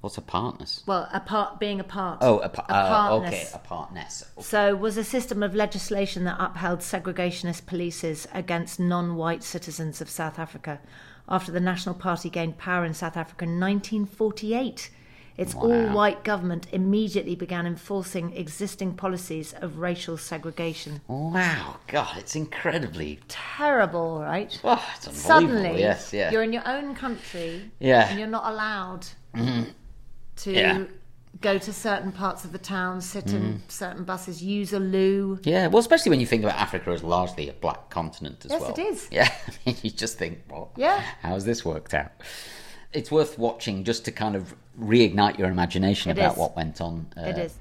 C: What's apartness?
D: Well, apart being apart.
C: Oh, apa- uh, okay,
D: partness.
C: apartness.
D: So was a system of legislation that upheld segregationist polices against non-white citizens of South Africa after the National Party gained power in South Africa in 1948. Its
C: Wow.
D: all-white government immediately began enforcing existing policies of racial segregation.
C: Wow, God, it's incredibly
D: Terrible, right?
C: Oh, it's unbelievable,
D: Suddenly,
C: yes, yeah.
D: you're in your own country,
C: Yeah.
D: and you're not allowed
C: Mhm.
D: to
C: Yeah.
D: go to certain parts of the town, sit
C: Mm.
D: in certain buses, use a loo.
C: Yeah, well, especially when you think about Africa as largely a black continent as
D: Yes,
C: well.
D: it is.
C: <laughs> Yeah, I mean, you just think, well,
D: Yeah.
C: how's this worked out? It's worth watching just to kind of reignite your imagination
D: It
C: about
D: is.
C: what went on. uh,
D: it is.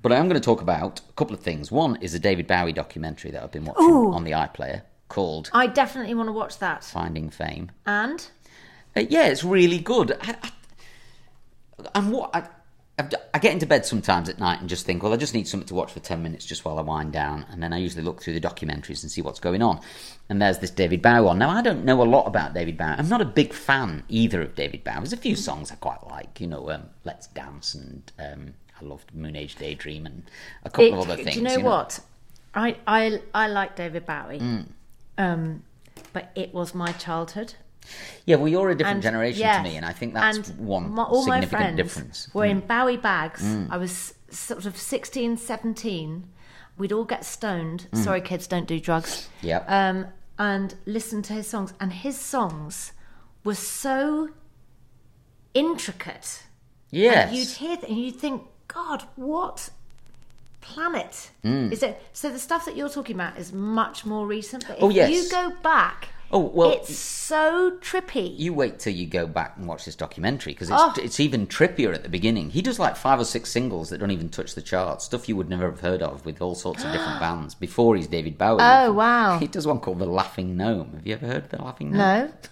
C: But I am going to talk about a couple of things. One is a David Bowie documentary that I've been watching
D: Ooh. Oh.
C: on the iPlayer. called
D: I definitely want to watch that.
C: Finding Fame.
D: And
C: Uh, yeah, it's really good. I, I, am what I, I, I get into bed sometimes at night and just think, well, I just need something to watch for ten minutes just while I wind down, and then I usually look through the documentaries and see what's going on. And there's this David Bowie one. Now I don't know a lot about David Bowie. I'm not a big fan either of David Bowie. There's a few songs I quite like, you know, um, Let's Dance and um, I loved Moon Age Daydream and a couple
D: it-
C: of other things.
D: do you know what? I I I like David Bowie,
C: Mm.
D: um, but it was my childhood.
C: Yeah, well, you're a different
D: And-
C: generation
D: yeah,
C: to me, and I think that's
D: and
C: one
D: my- all my
C: significant
D: friends
C: difference.
D: were in
C: Mm.
D: Bowie bags.
C: Mm.
D: I was sort of 16, 17. We'd all get stoned.
C: Mm.
D: Sorry, kids, don't do drugs.
C: Yep.
D: Um, and listen to his songs. And his songs were so intricate.
C: Yes.
D: And you'd hear th- and you'd think, God, what planet
C: Mm.
D: is it? So the stuff that you're talking about is much more recent. But if
C: Oh, yes.
D: you go back,
C: Oh well,
D: it's so trippy.
C: You wait till you go back and watch this documentary because it's,
D: Oh.
C: it's even trippier at the beginning. He does like five or six singles that don't even touch the charts, stuff you would never have heard of with all sorts of
D: <gasps>
C: different bands before he's David Bowie.
D: Oh, wow.
C: <laughs> He does one called The Laughing Gnome. Have you ever heard of The Laughing Gnome?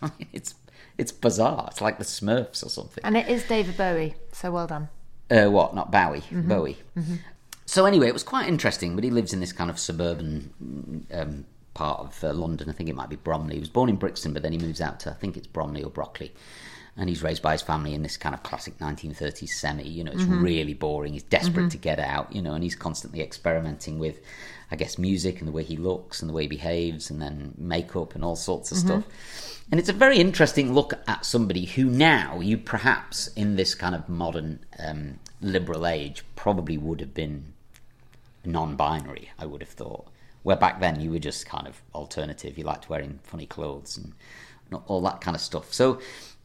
D: No.
C: No. <laughs> it's it's bizarre. It's like the Smurfs or something.
D: And it is David Bowie, so well done.
C: Uh, what? Not Bowie.
D: Mhm.
C: Bowie.
D: Mhm.
C: So anyway, it was quite interesting. But he lives in this kind of suburban um, part of uh, London. I think it might be Bromley. He was born in Brixton, but then he moves out to I think it's Bromley or Brockley. And he's raised by his family in this kind of classic 1930s semi. You know, it's
J: Mhm.
C: really boring. He's desperate
J: Mhm.
C: to get out. You know, and he's constantly experimenting with, I guess, music and the way he looks and the way he behaves, and then makeup and all sorts of
J: Mhm.
C: stuff. And it's a very interesting look at somebody who now you perhaps in this kind of modern um, liberal age probably would have been non-binary. I would have thought. Where back then you were just kind of alternative. You liked wearing funny clothes and not all that kind of stuff. So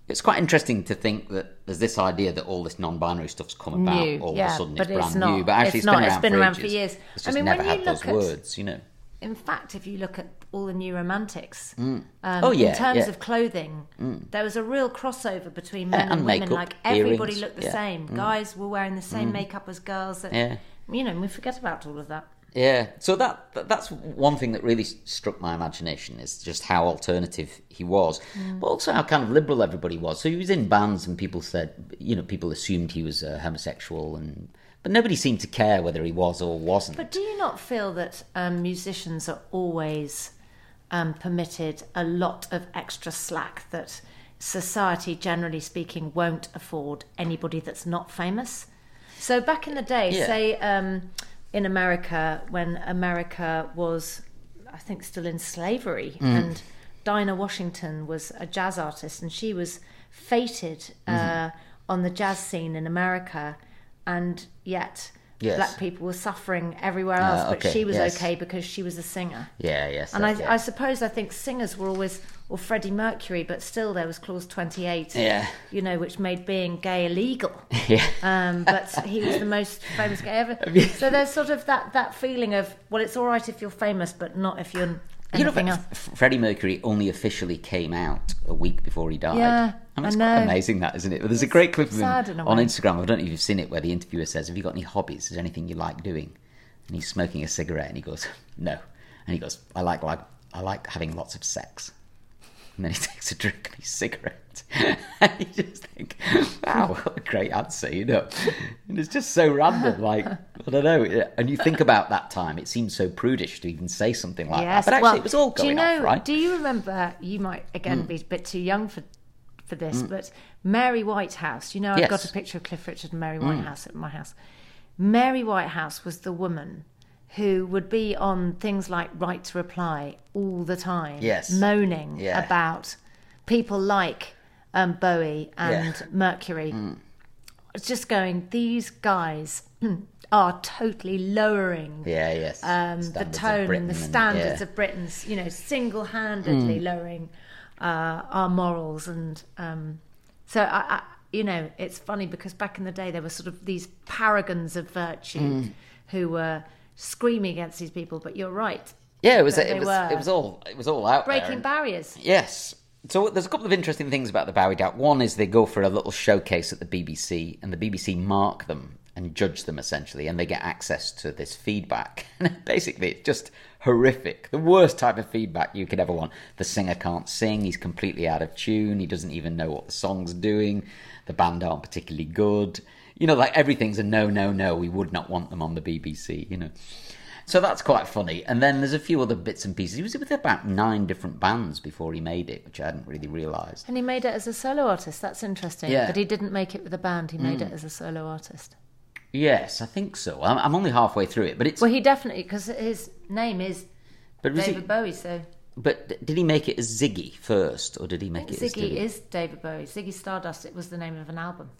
C: it's quite interesting to think that there's this idea that all this non-binary stuff's come about
D: New,
C: all of
D: yeah,
C: a sudden.
D: but
C: It's
D: it's
C: brand
D: not.
C: new, but actually
D: It's
C: it's,
D: not.
C: been,
D: It's
C: around,
D: been
C: for
D: around for
C: ages.
D: years.
C: It's
D: I
C: just
D: mean,
C: never
D: when
C: had
D: you
C: those
D: look at-
C: words, you know.
D: In fact, if you look at all the new romantics,
C: Mm.
D: um,
C: Oh, yeah,
D: in terms
C: yeah.
D: of clothing,
C: Mm.
D: there was a real crossover between men
C: Yeah,
D: and,
C: and
D: women.
C: makeup,
D: like everybody
C: earrings,
D: looked the
C: yeah.
D: same.
C: Mm.
D: Guys were wearing the same
C: Mm.
D: makeup as girls. And,
C: Yeah.
D: You know, and we forget about all of that.
C: Yeah, so that, that that's one thing that really struck my imagination is just how alternative he was,
J: Mm.
C: but also how kind of liberal everybody was. So he was in bands, and people said, you know, people assumed he was uh, homosexual, and but nobody seemed to care whether he was or wasn't.
D: But do you not feel that um, musicians are always um, permitted a lot of extra slack that society, generally speaking, won't afford anybody that's not famous? So back in the day,
K: Yeah.
D: say um, in America, when America was, I think, still in slavery,
K: Mm.
D: and Dinah Washington was a jazz artist, and she was fated uh,
C: Mm-hmm.
K: Mhm.
D: on the jazz scene in America, and yet
C: Yes.
D: black people were suffering everywhere
C: Ah,
D: else, but
C: okay,
D: she was
C: yes.
D: okay because she was a singer.
C: Yeah, yes,
D: And
C: that-
D: I,
C: yeah.
D: I suppose I think singers were always, or Freddie Mercury, but still there was clause twenty eight.
C: Yeah.
D: You know, which made being gay illegal.
C: <laughs> Yeah.
D: <laughs> Um, but he was the most famous gay ever. So there's sort of that that feeling of well, it's all right if you're famous, but not if you're
C: you know,
D: anything else.
C: F- Freddie Mercury only officially came out a week before he died.
D: Yeah,
C: I mean,
D: I
C: it's quite
D: know.
C: amazing that, isn't it? But there's a great clip of him
D: sad in a
C: on
D: way.
C: Instagram. I don't know if you've seen it, where the interviewer says, "Have you got any hobbies? Is there anything you like doing?" And he's smoking a cigarette, and he goes, "No," and he goes, "I like like I like having lots of sex." And then he <laughs> takes a drink of his cigarette. <laughs> and you just think, wow, what a great answer, you know. And it's just so random, like, I don't know. And you think about that time, it seems so prudish to even say something like that. But actually,
D: well,
C: it was all
D: do
C: going
D: you know,
C: off, right?
D: Do you remember? You might again
C: Mm.
D: be a bit too young for for this,
C: Mm.
D: but Mary Whitehouse. You know, I've got
C: Yes.
D: a picture of Cliff Richard and Mary
C: Mm.
D: Whitehouse at my house. Mary Whitehouse was the woman who would be on things like Right to Reply all the time,
K: Yes.
D: moaning
K: Yeah.
D: about people like um, Bowie and
K: Yeah.
D: Mercury.
C: Mm.
D: It's just going. These guys <clears throat> are totally lowering
C: Yeah, yes.
D: um, the
C: Standards of
D: tone
C: Britain
D: and the
C: and-
D: standards
C: yeah.
D: of Britain's, you know, single-handedly
C: Mm.
D: lowering uh, our morals, and um, so I, I, you know, it's funny because back in the day there were sort of these paragons of virtue
C: Mm.
D: who were screaming against these people. But you're right.
C: Yeah, it was.
D: that
C: It
D: they
C: was.
D: were
C: It was all. It was all out there.
D: breaking
C: And-
D: barriers.
C: Yes. So there's a couple of interesting things about the Bowie Doubt. One is they go for a little showcase at the BBC, and the BBC mark them and judge them essentially, and they get access to this feedback. <laughs> And basically, it's just horrific. The worst type of feedback you could ever want. The singer can't sing, he's completely out of tune, he doesn't even know what the song's doing, the band aren't particularly good. You know, like everything's a no, no, no, we would not want them on the BBC, you know. So that's quite funny. And then there's a few other bits and pieces. He was with about nine different bands before he made it, which I hadn't really realised.
D: And he made it as a solo artist. That's interesting.
C: Yeah.
D: That he didn't make it with a band. He made
C: Mm.
D: it as a solo artist.
C: Yes, I think so. I'm, I'm only halfway through it, but it's.
D: Well, he definitely because his name is
C: But was
D: David
C: he,
D: Bowie. So
C: But d- did he make it as Ziggy first, or did he make it as
D: Ziggy
C: David?
D: is David Bowie. Ziggy Stardust. It was the name of an album.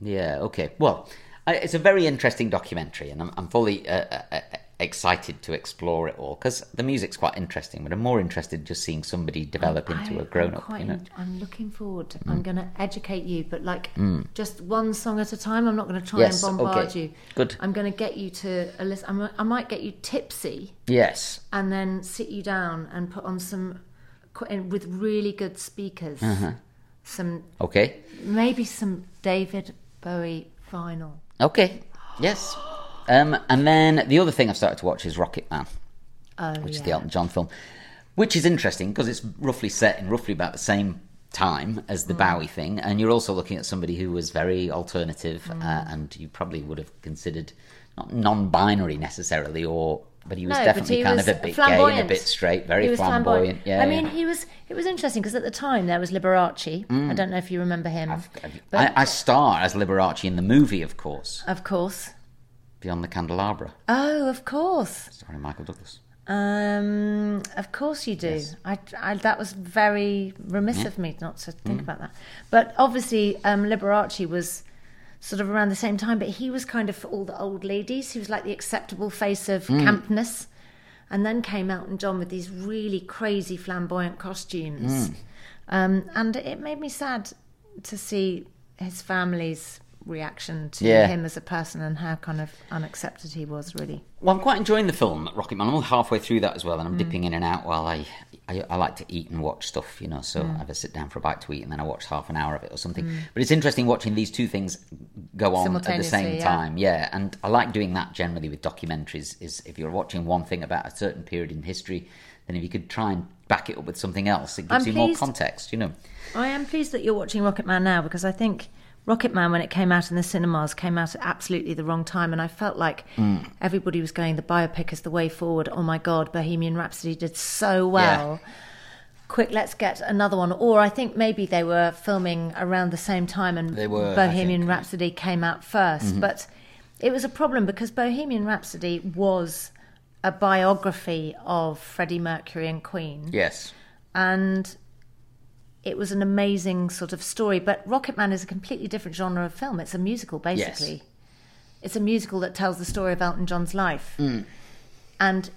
C: Yeah. Okay. Well, I, it's a very interesting documentary, and I'm, I'm fully uh, uh, uh, excited to explore it all because the music's quite interesting. But I'm more interested in just seeing somebody develop into
D: I-
C: a grown
D: I'm
C: up.
D: quite
C: You know.
D: in- I'm looking forward. I'm
C: Mm.
D: going to educate you, but like
C: Mm.
D: just one song at a time. I'm not going to try
C: Yes,
D: and bombard
C: okay.
D: you.
C: Good.
D: I'm going to get you to a list. I'm, I might get you tipsy
C: Yes.
D: and then sit you down and put on some qu- and with really good speakers.
C: Uh-huh.
D: Some
C: Okay.
D: maybe some David Bowie vinyl.
C: Okay. Yes. Um, and then the other thing I've started to watch is Rocket Man.
D: Oh,
C: which
D: yeah.
C: is the Elton John film, which is interesting because it's roughly set in roughly about the same time as the
D: Mm.
C: Bowie thing, and you're also looking at somebody who was very alternative, uh,
D: Mm.
C: and you probably would have considered not non-binary necessarily, or but he was
D: No, but
C: definitely
D: he
C: kind of
D: was
C: a bit gay and
D: flamboyant.
C: a bit straight, very
D: He was
C: flamboyant. Yeah,
D: I mean,
C: yeah.
D: he was. It was interesting because at the time there was Liberace. I
C: Mm.
D: don't know if you remember him, but
C: I, I star as Liberace in the movie, of course,
D: of course.
C: Beyond the Candelabra,
D: Oh, of course.
C: starring Michael Douglas.
D: Um, of course you do. I, I, that was very remiss
C: Yeah.
D: of me not to think
C: Mm.
D: about that. But obviously, um, Liberace was sort of around the same time, but he was kind of for all the old ladies. He was like the acceptable face of
C: Mm.
D: campness. And then came out and John with these really crazy flamboyant costumes.
C: Mm.
D: Um, and it made me sad to see his family's reaction to
C: Yeah.
D: him as a person and how kind of unaccepted he was, really.
C: Well, I'm quite enjoying the film Rocket Man. I'm only halfway through that as well, and I'm
D: Mm.
C: dipping in and out while I, I I like to eat and watch stuff, you know. So
D: Mm.
C: I have a sit down for a bite to eat, and then I watch half an hour of it or something.
D: Mm.
C: But it's interesting watching these two things go on at the same
D: Simultaneously, yeah.
C: time. Yeah, and I like doing that generally with documentaries. Is if you're watching one thing about a certain period in history, then if you could try and back it up with something else, it gives
D: I'm
C: you more
D: pleased-
C: context, you know.
D: I am pleased that you're watching Rocket Man now because I think Rocket Man, when it came out in the cinemas, came out at absolutely the wrong time, and I felt like
C: Mm.
D: everybody was going the biopic is the way forward. Oh my God, Bohemian Rhapsody did so well. Quick, let's get another one. Or I think maybe they were filming around the same time, and
C: They were, I
D: Bohemian Rhapsody came out 1st
C: Mhm.
D: But it was a problem because Bohemian Rhapsody was a biography of Freddie Mercury and Queen
C: Yes.
D: and it was an amazing sort of story. But Rocket Man is a completely different genre of film. It's a musical,
C: Yes.
D: basically. It's a musical that tells the story of Elton John's life,
C: Mm.
D: and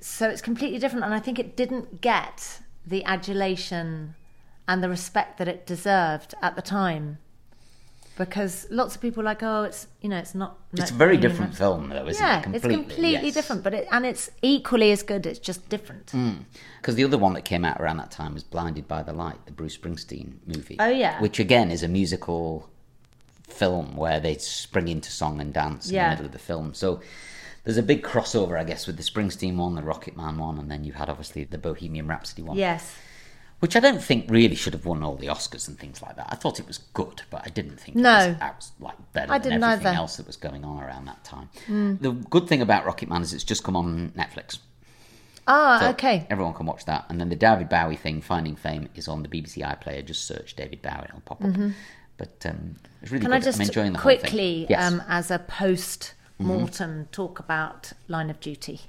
D: so it's completely different. And I think it didn't get the adulation and the respect that it deserved at the time. Because lots of people are like, oh, it's you know, it's not.
C: It's a
D: not
C: very
D: Bohemian
C: different film,
D: Rhapsody."
C: though, isn't
D: yeah,
C: it?
D: it's completely
C: yes. Mm.
D: different, but it and it's equally as good. It's just different.
C: Because the other one that came out around that time was Blinded by the Light, the Bruce Springsteen movie.
D: Oh, yeah.
C: Which again is a musical film where they spring into song and dance in the
D: Yeah.
C: middle of the film. So there's a big crossover, I guess, with the Springsteen one, the Rocket Man one, and then you had obviously the Bohemian Rhapsody one.
D: Yes.
C: Which I don't think really should have won all the Oscars and things like that. I thought it was good, but I didn't think
D: No.
C: it was, that was like better
D: I
C: than
D: didn't
C: everything
D: either.
C: else that was going on around that time.
D: Mm.
C: The good thing about Rocket Man is it's just come on Netflix.
D: Ah,
C: So
D: okay.
C: Everyone can watch that. And then the David Bowie thing, Finding Fame, is on the BBC iPlayer. Just search David Bowie, it'll pop up.
D: Mhm.
C: But um, it's really
D: Can
C: good.
D: I just
C: am enjoying the whole
D: quickly,
C: thing. Yes, Mm-hmm.
D: um, as a post mortem, talk about Line of Duty?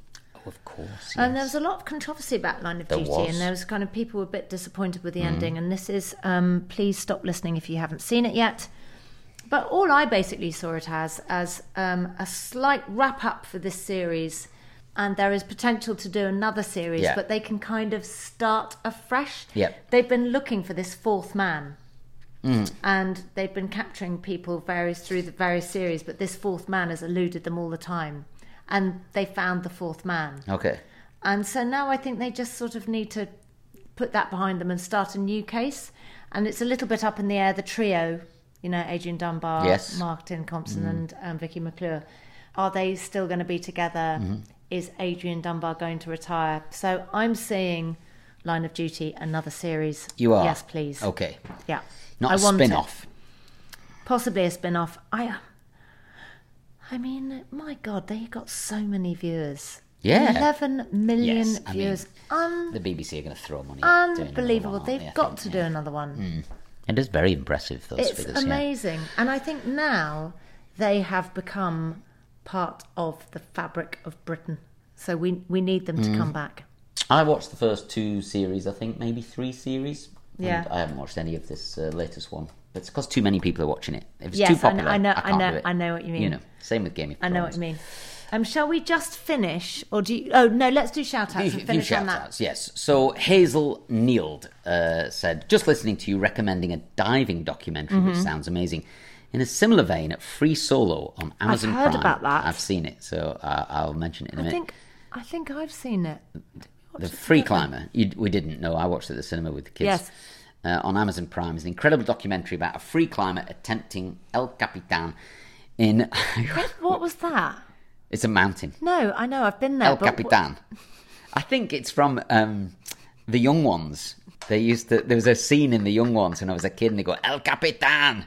C: of course.
D: And there
C: yes.
D: was a lot of controversy about Line of
C: There
D: Duty,
C: was.
D: and there was kind of people were a bit disappointed with the
C: Mhm.
D: ending. And this is, um, please stop listening if you haven't seen it yet. But all I basically saw it as as um, a slight wrap up for this series, and there is potential to do another series,
C: Yeah.
D: but they can kind of start afresh.
C: Yep.
D: They've been looking for this fourth man
C: Mm.
D: and they've been capturing people various through the various series but this fourth man has eluded them all the time and they found the fourth man
C: Okay.
D: and so now i think they just sort of need to put that behind them and start a new case and it's a little bit up in the air the trio you know, Adrian Dunbar,
C: Yes.
D: Martin Compson,
C: Mm.
D: and um, Vicky McClure. Are they still going to be together?
C: Mhm.
D: Is Adrian Dunbar going to retire? So I'm seeing Line of Duty, another series.
C: You are?
D: Yes, please.
C: Okay.
D: Yeah.
C: Not
D: I
C: a
D: want it.
C: spin off.
D: Possibly a spin off. I. uh, I mean, my God, they got so many viewers.
C: Yeah.
D: 11 million
C: Yes, I mean,
D: viewers. Un-
C: The BBC are going to throw money at doing another
D: unbelievable.
C: one, aren't
D: They've
C: they, I
D: got
C: think?
D: to do another one.
C: Mm. It is very impressive, those
D: it's
C: figures. yeah.
D: amazing. And I think now they have become part of the fabric of Britain. So we, we need them to
C: Mm.
D: come back.
C: I watched the first two series, I think, maybe three series. and
D: Yeah.
C: I haven't watched any of this uh, latest one. It's because too many people are watching it. If it's
D: Yes,
C: too
D: I kn-
C: popular,
D: I know- I
C: can't
D: know-
C: do it.
D: I know what you
C: You
D: mean.
C: know, same with Game of
D: I
C: Thrones.
D: know what you mean. Um, shall we just finish? Or do you. Oh, no, let's do shout outs and
C: A few
D: finish on
C: shout
D: that.
C: outs, yes. So Hazel Neild uh, said, just listening to you recommending a diving documentary, which
D: Mhm.
C: sounds amazing. In a similar vein, at Free Solo on
D: I've
C: Amazon
D: heard
C: Prime.
D: about that.
C: I've seen it, so uh, I'll mention it in a
D: I
C: minute.
D: think, I think I've seen it.
C: The Free Climber. You, we didn't know. I watched it at the cinema with the kids.
D: Yes.
C: Uh, on Amazon Prime is an incredible documentary about a free climber attempting El Capitan in. <laughs>
D: What was that?
C: it's a mountain.
D: No, I know, I've been there.
C: El
D: but wh-
C: Capitan. I think it's from um, the Young Ones. They used to. There was a scene in the Young Ones when I was a kid, and they go El Capitan,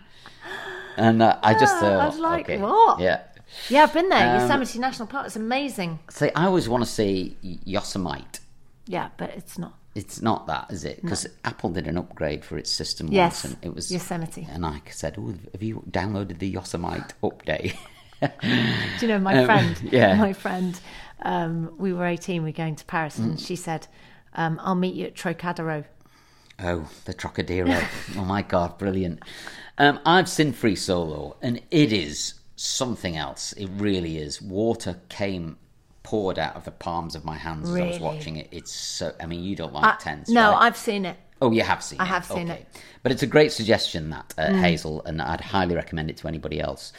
C: and uh, I just
D: Ah,
C: thought,
D: I was like,
C: okay,
D: what?
C: Yeah.
D: Yeah, I've been there.
C: Um,
D: Yosemite National Park. It's amazing.
C: So I always want to say Yosemite.
D: Yeah, but it's not.
C: It's not that, is it? Because
D: No.
C: Apple did an upgrade for its system
D: Yes,
C: once, and it was
D: Yosemite.
C: And I said, "Oh, have you downloaded the Yosemite update?" <laughs>
D: Do you know my
C: Um,
D: friend?
C: <laughs> yeah.
D: My friend. Um, we were 18, we were going to Paris, and
C: Mm.
D: she said, um, I'll meet you at Trocadero.
C: Oh, the Trocadero. <laughs> oh my God, brilliant. Um, I've seen Free Solo, and it is something else. It really is. Water came poured out of the palms of my hands as I
D: Really?
C: was watching it. It's so, I mean, you don't like
D: I-
C: tents.
D: no,
C: right?
D: I've seen it.
C: Oh, you have seen
D: I
C: it.
D: have seen
C: Okay.
D: it.
C: But it's a great suggestion, that, uh,
D: Mm.
C: Hazel, and I'd highly recommend it to anybody else.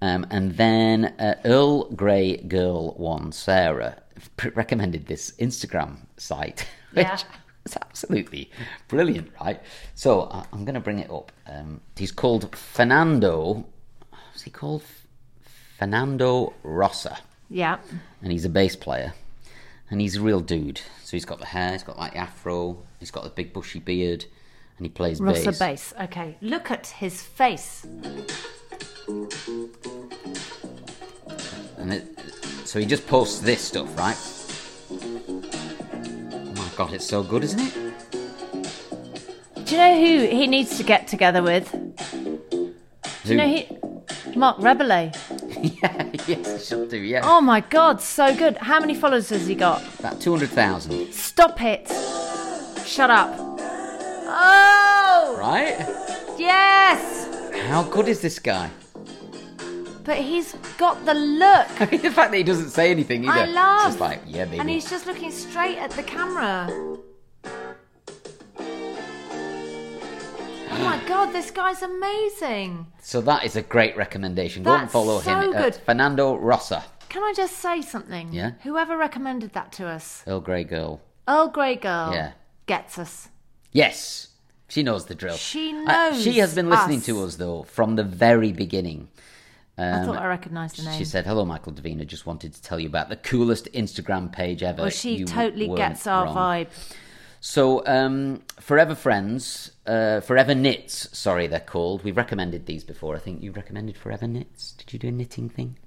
C: Um, and then uh, Earl Grey Girl 1, Sarah, p- recommended this Instagram site, <laughs> which
D: Yeah.
C: is absolutely brilliant, right? So I- I'm going to bring it up. Um, he's called Fernando. What's he called? Fernando Rossa
D: Yeah.
C: and he's a bass player, and he's a real dude. So he's got the hair, he's got like the afro, he's got the big bushy beard, and he plays
D: Rossa
C: bass.
D: bass. Okay. Look at his face.
C: And it, so he just posts this stuff, right? Oh my god, it's so good, isn't it?
D: Do you know who he needs to get together with? Do you know
C: <laughs>
D: he, Mark Rebelay.
C: yes, should do. Yeah.
D: Oh my God, so good. How many followers has he got?
C: About two hundred thousand,
D: Stop it. Shut up. Oh!
C: right?
D: Yes!
C: How good is this guy? <laughs>
D: But he's got the look.
C: the fact that he doesn't say anything either.
D: I love.
C: Just like yeah, baby.
D: And he's just looking straight at the camera. Oh
C: <gasps>
D: my god, this guy's amazing.
C: So that is a great recommendation. Go and
D: That's
C: follow him.
D: so
C: uh,
D: good.
C: Fernando Rossa,
D: Can I just say something?
C: Yeah.
D: Whoever recommended that to us,
C: Earl Grey Girl.
D: Earl Grey Girl,
C: Yeah.
D: gets us.
C: Yes, she knows the drill.
D: She
C: Uh, she has been
D: knows
C: listening
D: us.
C: to us though from the very beginning.
D: I
C: Um,
D: thought I recognised the name.
C: She said, "Hello, Michael Davina. Just wanted to tell you about the coolest Instagram page ever."
D: well, she
C: You
D: totally
C: weren't
D: gets our
C: wrong."
D: vibe.
C: So, um, Forever Friends, uh, Forever Knits. Sorry, they're called. We've recommended these before. I think you recommended Forever Knits. Did you do a knitting thing?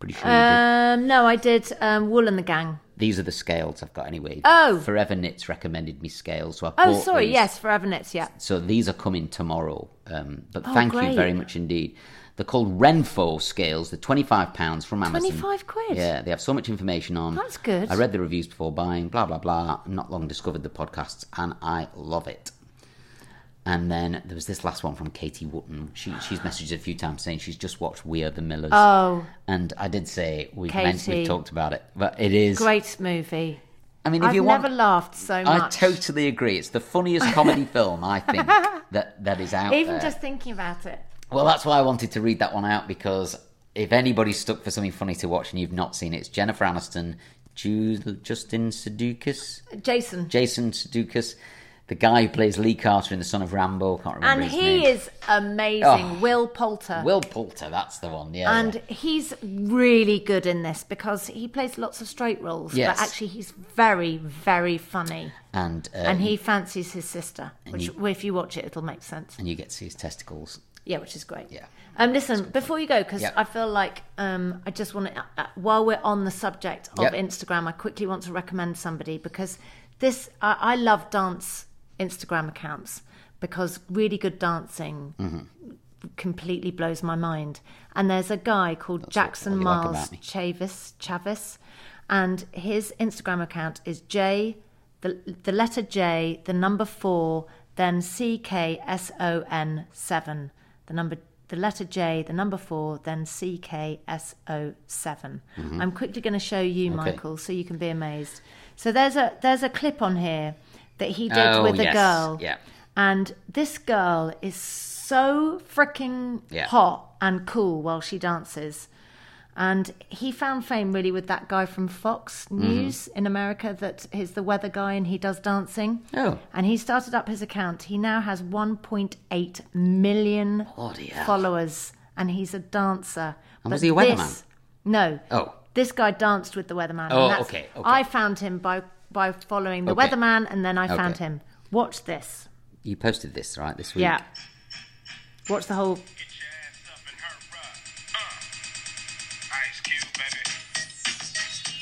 C: Pretty sure you did.
D: Um, no, I did um, Wool and the Gang.
C: These are the scales I've got anyway.
D: Oh.
C: Forever Knits recommended me scales, so I
D: Oh,
C: bought
D: sorry,
C: these.
D: yes, Forever Knits, yeah.
C: So these are coming tomorrow. Um, but
D: Oh,
C: thank
D: great.
C: you very much indeed. They're called Renfo scales. They're twenty-five pounds from Amazon.
D: 25 quid?
C: Yeah, they have so much information on.
D: That's good.
C: I read the reviews before buying. Blah blah blah. Not long discovered the podcasts, and I love it. And then there was this last one from Katie Wooten. She she's messaged a few times saying she's just watched We Are the Millers.
D: Oh.
C: and I did say we've meant,
D: Katie.
C: we've talked about it, but it is
D: Great movie.
C: I mean, if
D: I've
C: you want-
D: never laughed so much.
C: I totally agree. It's the funniest
D: <laughs>
C: comedy film I think that that is out
D: Even
C: there.
D: just thinking about it.
C: Well, that's why I wanted to read that one out because if anybody's stuck for something funny to watch and you've not seen it, it's Jennifer Aniston, Ju- Justin Sudeikis,
D: Jason.
C: Jason Sudeikis, the guy who plays Lee Carter in The Son of Rambo. Can't remember
D: And
C: his
D: he
C: name.
D: is amazing.
C: Oh.
D: Will Poulter.
C: Will Poulter. That's the one. Yeah.
D: and
C: yeah.
D: he's really good in this because he plays lots of straight roles,
C: Yes.
D: but actually he's very, very funny.
C: and uh,
D: and he fancies his sister,
C: and
D: which
C: you-
D: well, if you watch it, it'll make sense.
C: and you get to see his testicles.
D: Yeah, which is great.
C: Yeah.
D: Um, listen, before you go, because
C: Yep.
D: I feel like um, I just want to, uh, uh, while we're on the subject of
C: Yep.
D: Instagram, I quickly want to recommend somebody because this, I I love dance Instagram accounts because really good dancing
C: Mm-hmm.
D: completely blows my mind. And there's a guy called Jackson
C: what you like
D: Miles
C: about me.
D: Chavis, Chavis, and his Instagram account is J, the, the letter J, the number four, then C K S O N seven, the number. The letter J, the number four, then CKSO7.
C: Mhm.
D: I'm quickly going to show you,
C: Okay.
D: Michael, so you can be amazed. So there's a there's a clip on here that he did
C: Oh,
D: with a
C: yes.
D: girl.
C: Yeah.
D: And this girl is so freaking
C: Yeah.
D: hot and cool while she dances. And he found fame really with that guy from Fox
C: Mm-hmm.
D: News in America that is the weather guy and he does dancing.
C: Oh.
D: And he started up his account. He now has 1.8 million
C: Bloody hell.
D: followers and he's a dancer.
C: And
D: But
C: was he a weatherman?
D: this- No.
C: Oh.
D: This guy danced with the weatherman. and
C: Oh,
D: that's-
C: okay, okay.
D: I found him by, by following the
C: Okay.
D: weatherman and then I found
C: Okay.
D: him. Watch this.
C: You posted this right this week.
D: Yeah. Watch the whole.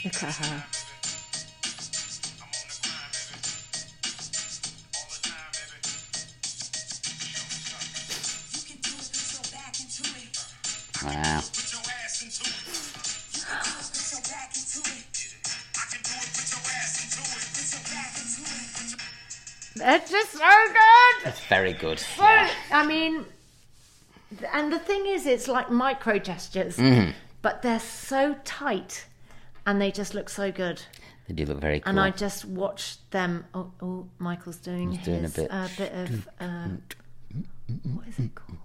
D: Look at her.
C: Wow.
D: That's just so good.
C: That's very good.
D: Well, I mean, th- and the thing is, it's like micro gestures,
C: Mhm.
D: but they're so tight, and they just look so good.
C: They do look very cool.
D: And I just watch them. Oh, oh Michael's doing
C: He's doing a
D: his
C: bit.
D: uh, bit of uh, what is it called?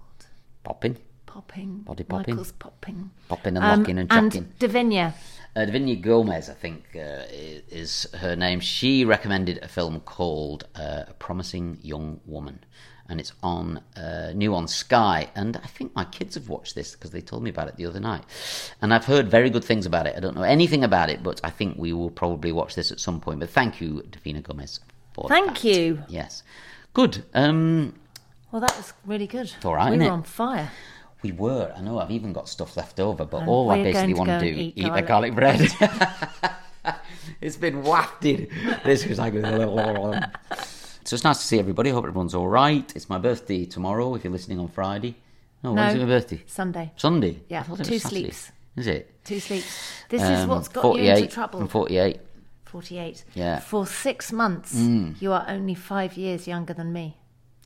C: popping,
D: Popping.
C: Body popping.
D: Michael's popping.
C: popping and
D: Um,
C: locking and
D: and
C: chucking.
D: Davinia.
C: Uh, Davinia Gomez, I think, uh, i- is her name. She recommended a film called uh, A Promising Young Woman, and it's on uh, new on Sky. And I think my kids have watched this because they told me about it the other night, and I've heard very good things about it. I don't know anything about it, but I think we will probably watch this at some point. But thank you, Davina Gomez, for
D: Thank
C: that.
D: you.
C: Yes, good. Um,
D: Well, that was really good.
C: It's all right,
D: We
C: innit?
D: were on fire.
C: We were. I know. I've even got stuff left over, but
D: And
C: all I
D: we're
C: basically
D: going
C: want
D: to
C: to do
D: go and
C: eat,
D: eat
C: the garlic
D: garlic
C: bread. <laughs> it's been wafted. This was like. <laughs> so it's nice to see everybody. Hope everyone's all right. It's my birthday tomorrow. If you're listening on Friday. No, when's it my birthday?
D: Sunday.
C: Sunday.
D: Yeah,
C: I thought it was
D: two
C: Saturday.
D: sleeps.
C: Is it?
D: Two sleeps. This is
C: Um,
D: what's got you into
C: 48
D: trouble.
C: And forty-eight.
D: 48.
C: Yeah.
D: For six months,
C: Mm.
D: you are only five years younger than me.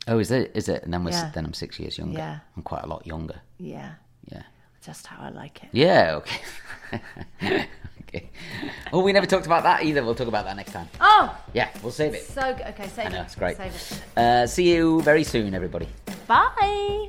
C: Oh, is it? Is it? And then we're s-
D: Yeah.
C: then I'm six years younger.
D: Yeah.
C: I'm quite a lot younger.
D: Yeah.
C: Yeah.
D: Just how I like it.
C: Yeah. Okay. <laughs> okay. Oh, we never talked about that either. We'll talk about that next time.
D: Oh!
C: Yeah, we'll save it.
D: So good. Okay, save
C: I know,
D: it.
C: it's great.
D: Save it.
C: Uh, see you very soon, everybody.
D: Bye.